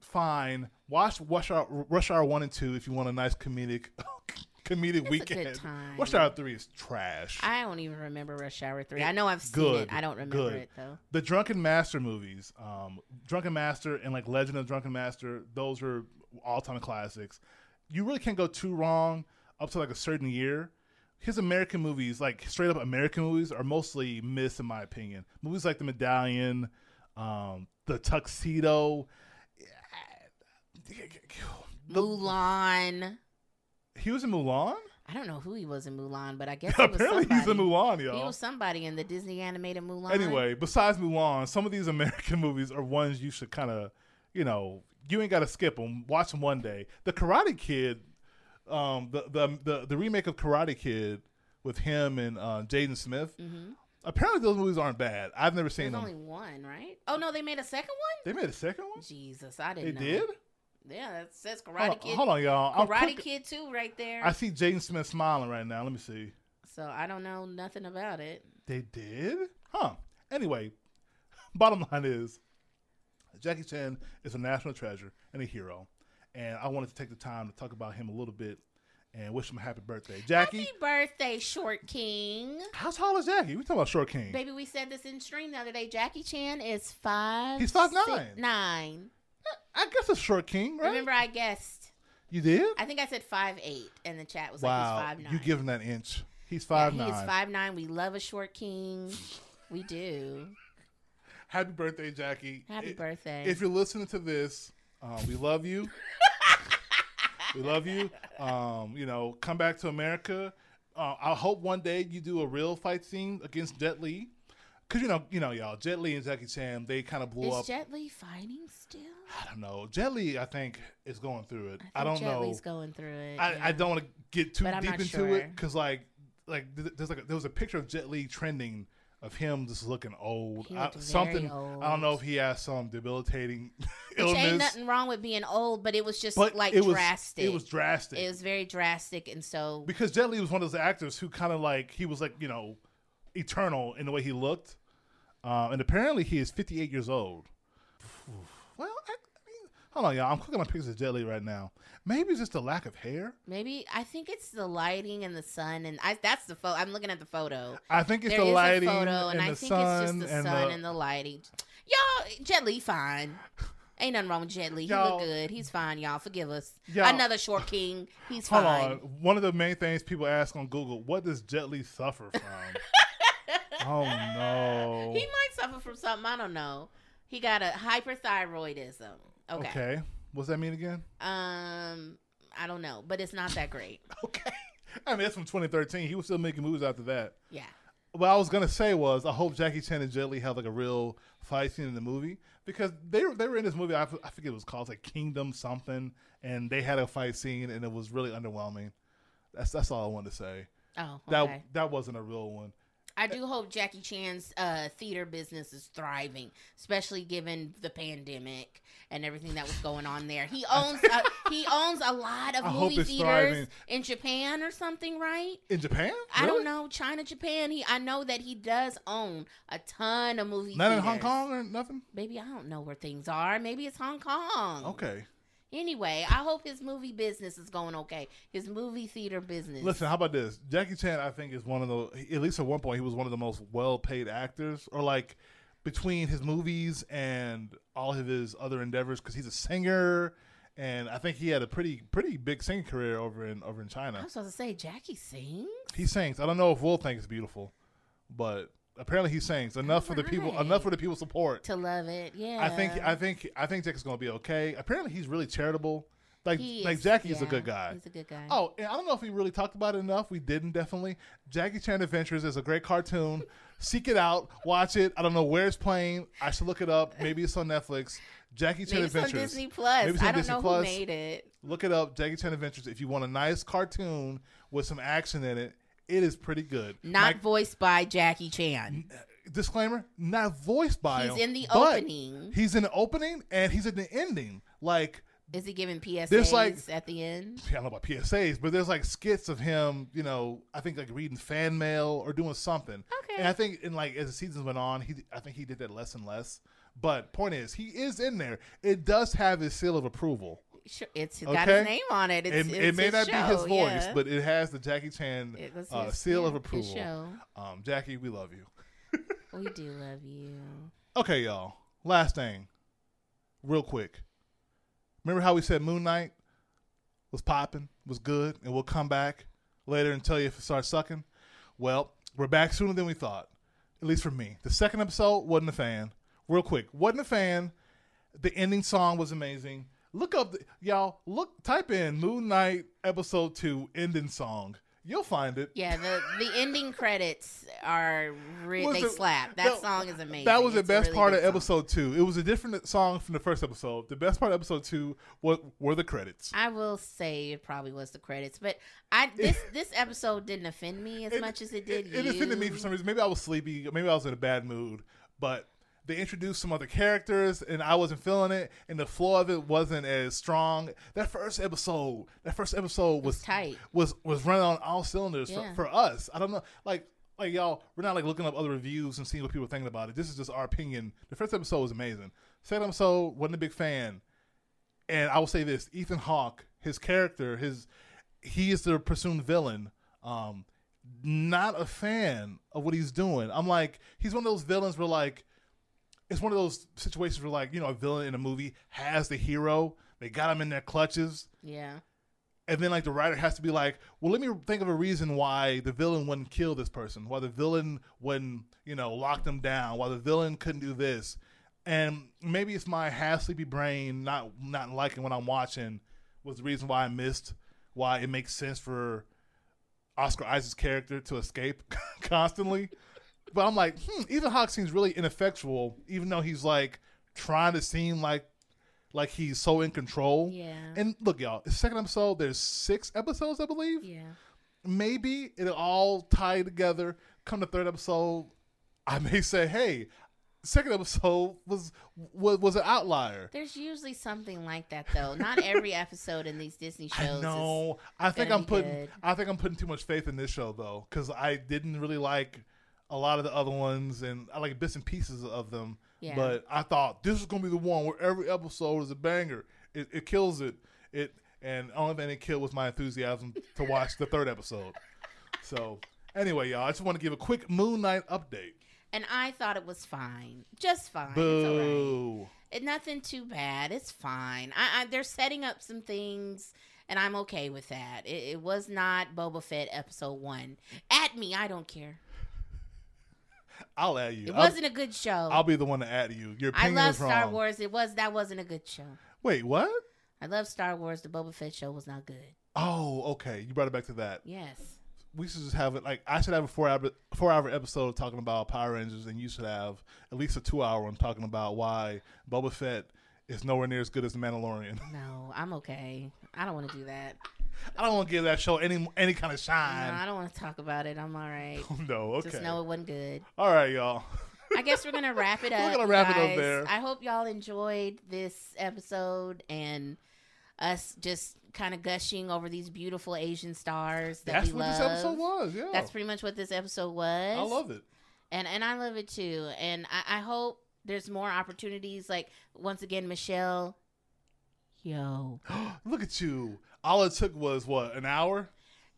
Speaker 2: Fine. Watch Rush Hour, Rush Hour 1 and 2 if you want a nice comedic [LAUGHS] comedic weekend.
Speaker 1: time.
Speaker 2: Rush Hour 3 is trash.
Speaker 1: I don't even remember Rush Hour three. I know I've seen
Speaker 2: Eh, Good,
Speaker 1: it. I don't remember
Speaker 2: good.
Speaker 1: it though.
Speaker 2: the Drunken Master movies, um, Drunken Master and like Legend of Drunken Master, those are all time classics. You really can't go too wrong up to like a certain year. His American movies, like straight up American movies, are mostly missed in my opinion. Movies like The Medallion, um, The Tuxedo, [SIGHS]
Speaker 1: Mulan.
Speaker 2: he was in Mulan.
Speaker 1: I don't know who he was in Mulan, but I
Speaker 2: [LAUGHS]
Speaker 1: guess he was
Speaker 2: Apparently,
Speaker 1: somebody.
Speaker 2: he's in Mulan, y'all.
Speaker 1: He was somebody in the Disney animated Mulan.
Speaker 2: Anyway, besides Mulan, some of these American [LAUGHS] movies are ones you should kind of, you know, you ain't got to skip them. Watch them one day. The Karate Kid, um, the the the, the remake of Karate Kid with him and uh, Jaden Smith.
Speaker 1: Mhm.
Speaker 2: Apparently, those movies aren't bad. I've never seen
Speaker 1: there's
Speaker 2: them.
Speaker 1: only one, right? Oh no, they made a second one.
Speaker 2: they made a second one.
Speaker 1: Jesus, I
Speaker 2: They
Speaker 1: didn't. know.
Speaker 2: did.
Speaker 1: Yeah, that says
Speaker 2: Hold
Speaker 1: Karate
Speaker 2: on,
Speaker 1: Kid.
Speaker 2: hold on, y'all. I'm
Speaker 1: Karate
Speaker 2: quick-
Speaker 1: Kid too, right there.
Speaker 2: I see Jaden Smith smiling right now. Let me see.
Speaker 1: so I don't know nothing about it.
Speaker 2: They did? Huh. Anyway, [LAUGHS] bottom line is Jackie Chan is a national treasure and a hero. And I wanted to take the time to talk about him a little bit and wish him a happy birthday. Jackie,
Speaker 1: Happy birthday, Short King.
Speaker 2: how tall is Jackie? We talking about Short King.
Speaker 1: Baby, we said this in stream the other day. Jackie Chan is five.
Speaker 2: He's 5'9".
Speaker 1: six- nine.
Speaker 2: I guess it's Short King, right?
Speaker 1: Remember, I guessed.
Speaker 2: you did?
Speaker 1: I think I said five eight, and the chat was
Speaker 2: wow.
Speaker 1: like he's five nine.
Speaker 2: you give him that inch. He's
Speaker 1: yeah,
Speaker 2: five
Speaker 1: he
Speaker 2: nine.
Speaker 1: is five nine. We love a Short King. We do.
Speaker 2: Happy birthday, Jackie.
Speaker 1: Happy
Speaker 2: It-
Speaker 1: birthday.
Speaker 2: If you're listening to this, uh, we love
Speaker 1: [LAUGHS]
Speaker 2: you. we love you. Um, you know, come back to America. Uh, I hope one day you do a real fight scene against Jet Li, because you know, you know, y'all, Jet Li and Jackie Chan, they kind of blew
Speaker 1: is
Speaker 2: up.
Speaker 1: Jet Li fighting still?
Speaker 2: I don't know. Jet Li, I think, is going through it.
Speaker 1: think
Speaker 2: I, don't
Speaker 1: Jet
Speaker 2: know.
Speaker 1: Li's going through it.
Speaker 2: I, I
Speaker 1: yeah.
Speaker 2: don't want to get too
Speaker 1: But I'm
Speaker 2: deep
Speaker 1: not
Speaker 2: into
Speaker 1: sure.
Speaker 2: it because like like th- there's like a, there was a picture of Jet Li trending of him just looking old.
Speaker 1: He
Speaker 2: I,
Speaker 1: looked very
Speaker 2: something I don't know
Speaker 1: old.
Speaker 2: if he has some debilitating [LAUGHS]
Speaker 1: Which ain't
Speaker 2: illness,
Speaker 1: nothing wrong with being old, but it was just
Speaker 2: but
Speaker 1: like
Speaker 2: it was
Speaker 1: drastic.
Speaker 2: It was drastic.
Speaker 1: It was very drastic, and so
Speaker 2: because Jet Li was one of those actors who kind of like he was like you know eternal in the way he looked, uh, and apparently he is 58 years old. [SIGHS] Well, I, I mean, hold on, y'all. I'm clicking on pictures of Jet Li right now. Maybe it's just the lack of hair.
Speaker 1: maybe I think it's the lighting and the sun, and I that's the photo. I'm looking at the photo.
Speaker 2: I think it's
Speaker 1: There
Speaker 2: the
Speaker 1: is
Speaker 2: lighting
Speaker 1: a photo, and,
Speaker 2: and
Speaker 1: I
Speaker 2: the
Speaker 1: think
Speaker 2: sun
Speaker 1: it's just the
Speaker 2: and
Speaker 1: sun
Speaker 2: the-
Speaker 1: and the lighting. Y'all, Jet Li fine. Ain't nothing wrong with Jet Li. He
Speaker 2: Y'all-
Speaker 1: look good. He's fine. Y'all forgive us.
Speaker 2: Y'all-
Speaker 1: Another short king. He's
Speaker 2: Hold
Speaker 1: fine.
Speaker 2: on. One of the main things people ask on Google: What does Jet Li suffer
Speaker 1: [LAUGHS]
Speaker 2: from? oh no.
Speaker 1: He might suffer from something. I don't know. He got a hyperthyroidism. Okay.
Speaker 2: okay. What's that mean again?
Speaker 1: Um, I don't know, but it's not that great.
Speaker 2: Okay. [LAUGHS] I mean, that's from 2013. He was still making movies after that.
Speaker 1: Yeah.
Speaker 2: what I was gonna say was I hope Jackie Chan and Jet Li have like a real fight scene in the movie because they were- they were in this movie I, f- I forget it was called it's like Kingdom something and they had a fight scene and it was really underwhelming. That's that's all I wanted to say.
Speaker 1: Oh,
Speaker 2: That
Speaker 1: okay.
Speaker 2: that wasn't a real one.
Speaker 1: I do hope Jackie Chan's uh, theater business is thriving, especially given the pandemic and everything that was going on there. He
Speaker 2: [LAUGHS]
Speaker 1: owns uh, he owns a lot of
Speaker 2: I hope
Speaker 1: movie
Speaker 2: it's
Speaker 1: theaters
Speaker 2: thriving.
Speaker 1: in Japan or something, right?
Speaker 2: In Japan?
Speaker 1: I
Speaker 2: Really?
Speaker 1: don't know China, Japan. He I know that he does own a ton of movie.
Speaker 2: Not in Hong
Speaker 1: theaters.
Speaker 2: Kong or nothing.
Speaker 1: Maybe I don't know where things are. Maybe it's Hong Kong.
Speaker 2: Okay.
Speaker 1: Anyway, I hope his movie business is going okay. His movie theater business.
Speaker 2: Listen, how about this? Jackie Chan, I think, is one of the at least at one point he was one of the most well paid actors, or like between his movies and all of his other endeavors, because he's a singer, and I think he had a pretty pretty big singing career over in over in
Speaker 1: I
Speaker 2: China.
Speaker 1: was supposed to say Jackie sings.
Speaker 2: He sings. I don't know if Will thinks it's beautiful, but apparently he sings enough for the people enough for the people support.
Speaker 1: To love it, yeah.
Speaker 2: I think I think I think Jackie's gonna be okay. Apparently he's really charitable. Like
Speaker 1: He
Speaker 2: like
Speaker 1: is-
Speaker 2: Jackie's a
Speaker 1: yeah,
Speaker 2: good guy.
Speaker 1: He's a good guy.
Speaker 2: Oh, and I don't know if we really talked about it enough. We didn't definitely. Jackie Chan Adventures is a
Speaker 1: [LAUGHS]
Speaker 2: great cartoon. Seek it out, watch it. I don't know where it's playing. I should look it up. Maybe it's on Netflix. Jackie Chan
Speaker 1: maybe it's on
Speaker 2: Adventures.
Speaker 1: Disney Plus.
Speaker 2: Maybe it's on
Speaker 1: I don't
Speaker 2: Disney
Speaker 1: know
Speaker 2: Plus.
Speaker 1: who made it.
Speaker 2: Look it up, Jackie Chan Adventures. If you want a nice cartoon with some action in it, it is pretty good.
Speaker 1: Not
Speaker 2: Like,
Speaker 1: voiced by Jackie Chan.
Speaker 2: disclaimer, not voiced by
Speaker 1: He's
Speaker 2: him,
Speaker 1: in the
Speaker 2: but
Speaker 1: opening.
Speaker 2: He's in the opening and he's in the ending. Like
Speaker 1: Is he giving
Speaker 2: There's
Speaker 1: PSAs
Speaker 2: like-
Speaker 1: at the end?
Speaker 2: I don't know about PSAs, but there's like skits of him, you know, I think like reading fan mail or doing something.
Speaker 1: Okay.
Speaker 2: And I think in like as the seasons went on, he I think he did that less and less. But point is, he is in there. It does have his seal of approval.
Speaker 1: Sure, it's it's got
Speaker 2: Okay.
Speaker 1: his name on it. It's,
Speaker 2: It,
Speaker 1: it's
Speaker 2: it may
Speaker 1: his
Speaker 2: not be his
Speaker 1: show,
Speaker 2: voice,
Speaker 1: yeah.
Speaker 2: but it has the Jackie Chan
Speaker 1: It was
Speaker 2: uh,
Speaker 1: his-
Speaker 2: seal
Speaker 1: yeah,
Speaker 2: of
Speaker 1: his
Speaker 2: approval.
Speaker 1: show.
Speaker 2: Um, Jackie, we love you.
Speaker 1: We do love you.
Speaker 2: Okay, y'all. Last thing, real quick. Remember how we said Moon Knight was popping, was good, and we'll come back later and tell you if it starts sucking? Well, we're back sooner than we thought, at least for me. The second episode wasn't a fan. Real quick, wasn't a fan. The ending song was amazing. Look up, the, y'all. Look, type in Moon Knight episode two ending song. You'll find it.
Speaker 1: Yeah, the the ending credits are re-
Speaker 2: Was
Speaker 1: they
Speaker 2: it-
Speaker 1: slap. That,
Speaker 2: that-
Speaker 1: song is amazing.
Speaker 2: That was the
Speaker 1: It's a
Speaker 2: best
Speaker 1: really
Speaker 2: part
Speaker 1: good
Speaker 2: of
Speaker 1: song.
Speaker 2: episode two. It was a different song from the first episode. The best part of episode two were, were the credits.
Speaker 1: I will say it probably was the credits, but I
Speaker 2: [LAUGHS]
Speaker 1: this this episode didn't offend me as much as it did
Speaker 2: It,
Speaker 1: you.
Speaker 2: it offended me for some reason. Maybe I was sleepy. Maybe I was in a bad mood. But they introduced some other characters, and I wasn't feeling it. And the flow of it wasn't as strong. That first episode, that first episode was,
Speaker 1: tight.
Speaker 2: Was was running on all cylinders
Speaker 1: Yeah.
Speaker 2: for, for us. I don't know, like. Like y'all, we're not like looking up other reviews and seeing what people are thinking about it. This is just our opinion. The first episode was amazing. Second episode wasn't a big fan. and I will say this: Ethan Hawke, his character, his he is the presumed villain. Um, not a fan of what he's doing. I'm like, he's one of those villains where like, it's one of those situations where like, you know, a villain in a movie has the hero. They got him in their clutches,
Speaker 1: Yeah.
Speaker 2: and then like the writer has to be like, well, let me think of a reason why the villain wouldn't kill this person, why the villain wouldn't you know lock them down, why the villain couldn't do this, and maybe it's my half sleepy brain not not liking what I'm watching was the reason why I missed why it makes sense for Oscar Isaac's character to escape [LAUGHS] constantly. But I'm like, hmm, Ethan Hawke seems really ineffectual, even though he's like trying to seem like like he's so in control.
Speaker 1: Yeah.
Speaker 2: And look, y'all, the second episode, there's six episodes, I believe.
Speaker 1: Yeah.
Speaker 2: Maybe it'll all tie together. Come to third episode, I may say, hey, second episode was was, was an outlier.
Speaker 1: There's usually something like that though. Not every episode in these Disney shows.
Speaker 2: [LAUGHS] I
Speaker 1: is-
Speaker 2: know. I think
Speaker 1: gonna
Speaker 2: I'm
Speaker 1: be
Speaker 2: putting.
Speaker 1: good.
Speaker 2: I think I'm putting too much faith in this show though, because I didn't really like a lot of the other ones, and I like bits and pieces of them.
Speaker 1: Yeah.
Speaker 2: But I thought this is gonna be the one where every episode is a banger. It, it kills it. It and only thing it killed was my enthusiasm
Speaker 1: [LAUGHS]
Speaker 2: to watch the third episode. So anyway, y'all, I just want to give a quick Moon Knight update.
Speaker 1: and I thought it was fine, just fine. It's all right.
Speaker 2: Boo.
Speaker 1: It, nothing too bad. It's fine. I, I they're setting up some things, and I'm okay with that. It, it was not Boba Fett episode one. At me, I don't care.
Speaker 2: I'll add you.
Speaker 1: It
Speaker 2: I'll-
Speaker 1: wasn't a good show.
Speaker 2: I'll, be the one to add you. Your
Speaker 1: I
Speaker 2: opinion
Speaker 1: love
Speaker 2: is wrong.
Speaker 1: Star Wars. It was that wasn't a good show.
Speaker 2: Wait, what?
Speaker 1: I love Star Wars. The Boba Fett show was not good.
Speaker 2: Oh, okay. You brought it back to that.
Speaker 1: Yes.
Speaker 2: we should just have it like I should have a four hour four hour episode talking about Power Rangers, and you should have at least a two hour one talking about why Boba Fett is nowhere near as good as the Mandalorian. [LAUGHS]
Speaker 1: No, I'm okay. I don't want to do that.
Speaker 2: I don't want to give that show any any kind of
Speaker 1: No, I
Speaker 2: shine.
Speaker 1: don't want to talk about it. I'm all right.
Speaker 2: [LAUGHS] No, okay,
Speaker 1: Just know it wasn't good.
Speaker 2: all right, y'all.
Speaker 1: I guess we're gonna wrap it
Speaker 2: [LAUGHS] We're
Speaker 1: up.
Speaker 2: gonna
Speaker 1: you
Speaker 2: wrap it up
Speaker 1: guys.
Speaker 2: there.
Speaker 1: I hope y'all enjoyed this episode and us just kind of gushing over these beautiful Asian stars that
Speaker 2: That's
Speaker 1: we
Speaker 2: what
Speaker 1: love.
Speaker 2: this episode was. Yeah,
Speaker 1: That's pretty much what this episode was.
Speaker 2: I love it.
Speaker 1: and and I love it too. And I, I hope there's more opportunities. Like once again, Michelle. Yo,
Speaker 2: Look at you. All it took was what an hour.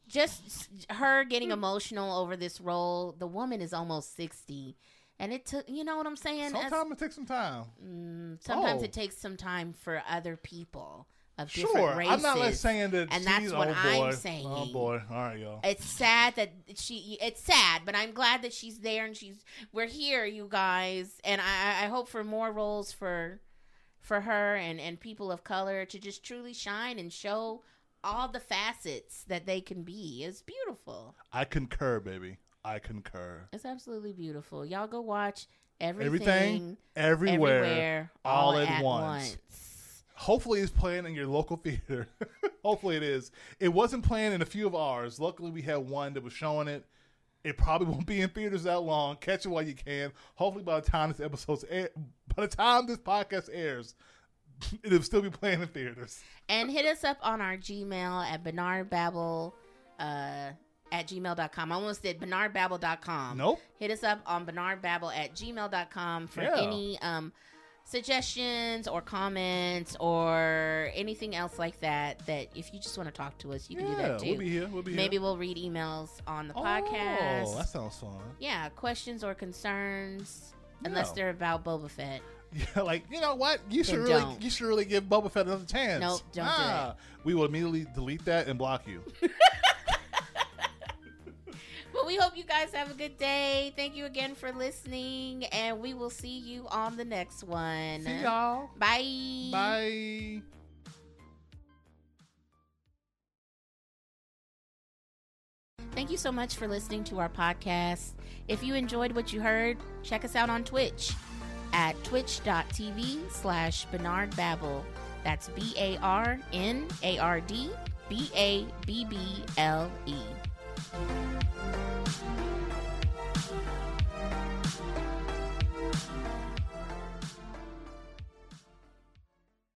Speaker 1: just s- her
Speaker 2: Hmm.
Speaker 1: getting emotional over this role. The woman is almost sixty, and it took. You know what I'm saying? As-
Speaker 2: Sometimes it takes some time.
Speaker 1: Mm, sometimes
Speaker 2: Oh.
Speaker 1: it takes some time for other people of different
Speaker 2: Sure,
Speaker 1: races.
Speaker 2: I'm not like saying that.
Speaker 1: and
Speaker 2: she's-
Speaker 1: that's what
Speaker 2: oh,
Speaker 1: I'm
Speaker 2: boy.
Speaker 1: saying.
Speaker 2: Oh boy. All right, y'all.
Speaker 1: it's sad that she. It's sad, but I'm glad that she's there and she's. We're here, you guys, and I, I hope for more roles for, for her and and people of color to just truly shine and show all the facets that they can be. It's beautiful.
Speaker 2: I concur, baby. I concur.
Speaker 1: It's absolutely beautiful. Y'all go watch everything,
Speaker 2: Everything, everywhere, all at once. Hopefully, it's playing in your local [LAUGHS] theater. Hopefully, it is. It wasn't playing in a few of ours. Luckily, we had one that was showing it. It probably [LAUGHS] won't be in theaters that long. Catch it while you can. Hopefully, by the time this episode's air, by the time this podcast airs, [LAUGHS] it'll still be playing in theaters.
Speaker 1: and hit us up on our gmail at bernardbabble uh, at gmail.com i almost did bernardbabble.com
Speaker 2: Nope.
Speaker 1: hit us up on bernardbabble at gmail.com for
Speaker 2: Yeah.
Speaker 1: any um, suggestions or comments or anything else like that that if you just want to talk to us you can do
Speaker 2: Yeah,
Speaker 1: that too
Speaker 2: we'll be here. We'll be
Speaker 1: maybe
Speaker 2: here.
Speaker 1: we'll read emails on the
Speaker 2: Oh,
Speaker 1: podcast
Speaker 2: that sounds fun. [LAUGHS]
Speaker 1: yeah questions or concerns unless
Speaker 2: Yeah.
Speaker 1: they're about boba fett
Speaker 2: Yeah, like you know what? You should
Speaker 1: Then
Speaker 2: really,
Speaker 1: don't.
Speaker 2: you should really give Boba Fett another chance.
Speaker 1: Nope, don't do
Speaker 2: We will immediately delete that and block you.
Speaker 1: But we hope you guys have a good day. Thank you again for listening, and we will see you on the next one.
Speaker 2: See y'all.
Speaker 1: Bye.
Speaker 2: Bye.
Speaker 1: Thank you so much for listening to our podcast. If you enjoyed what you heard, check us out on Twitch at twitch.tv slash Bernard Babble. That's B A R N A R D B A B B L E.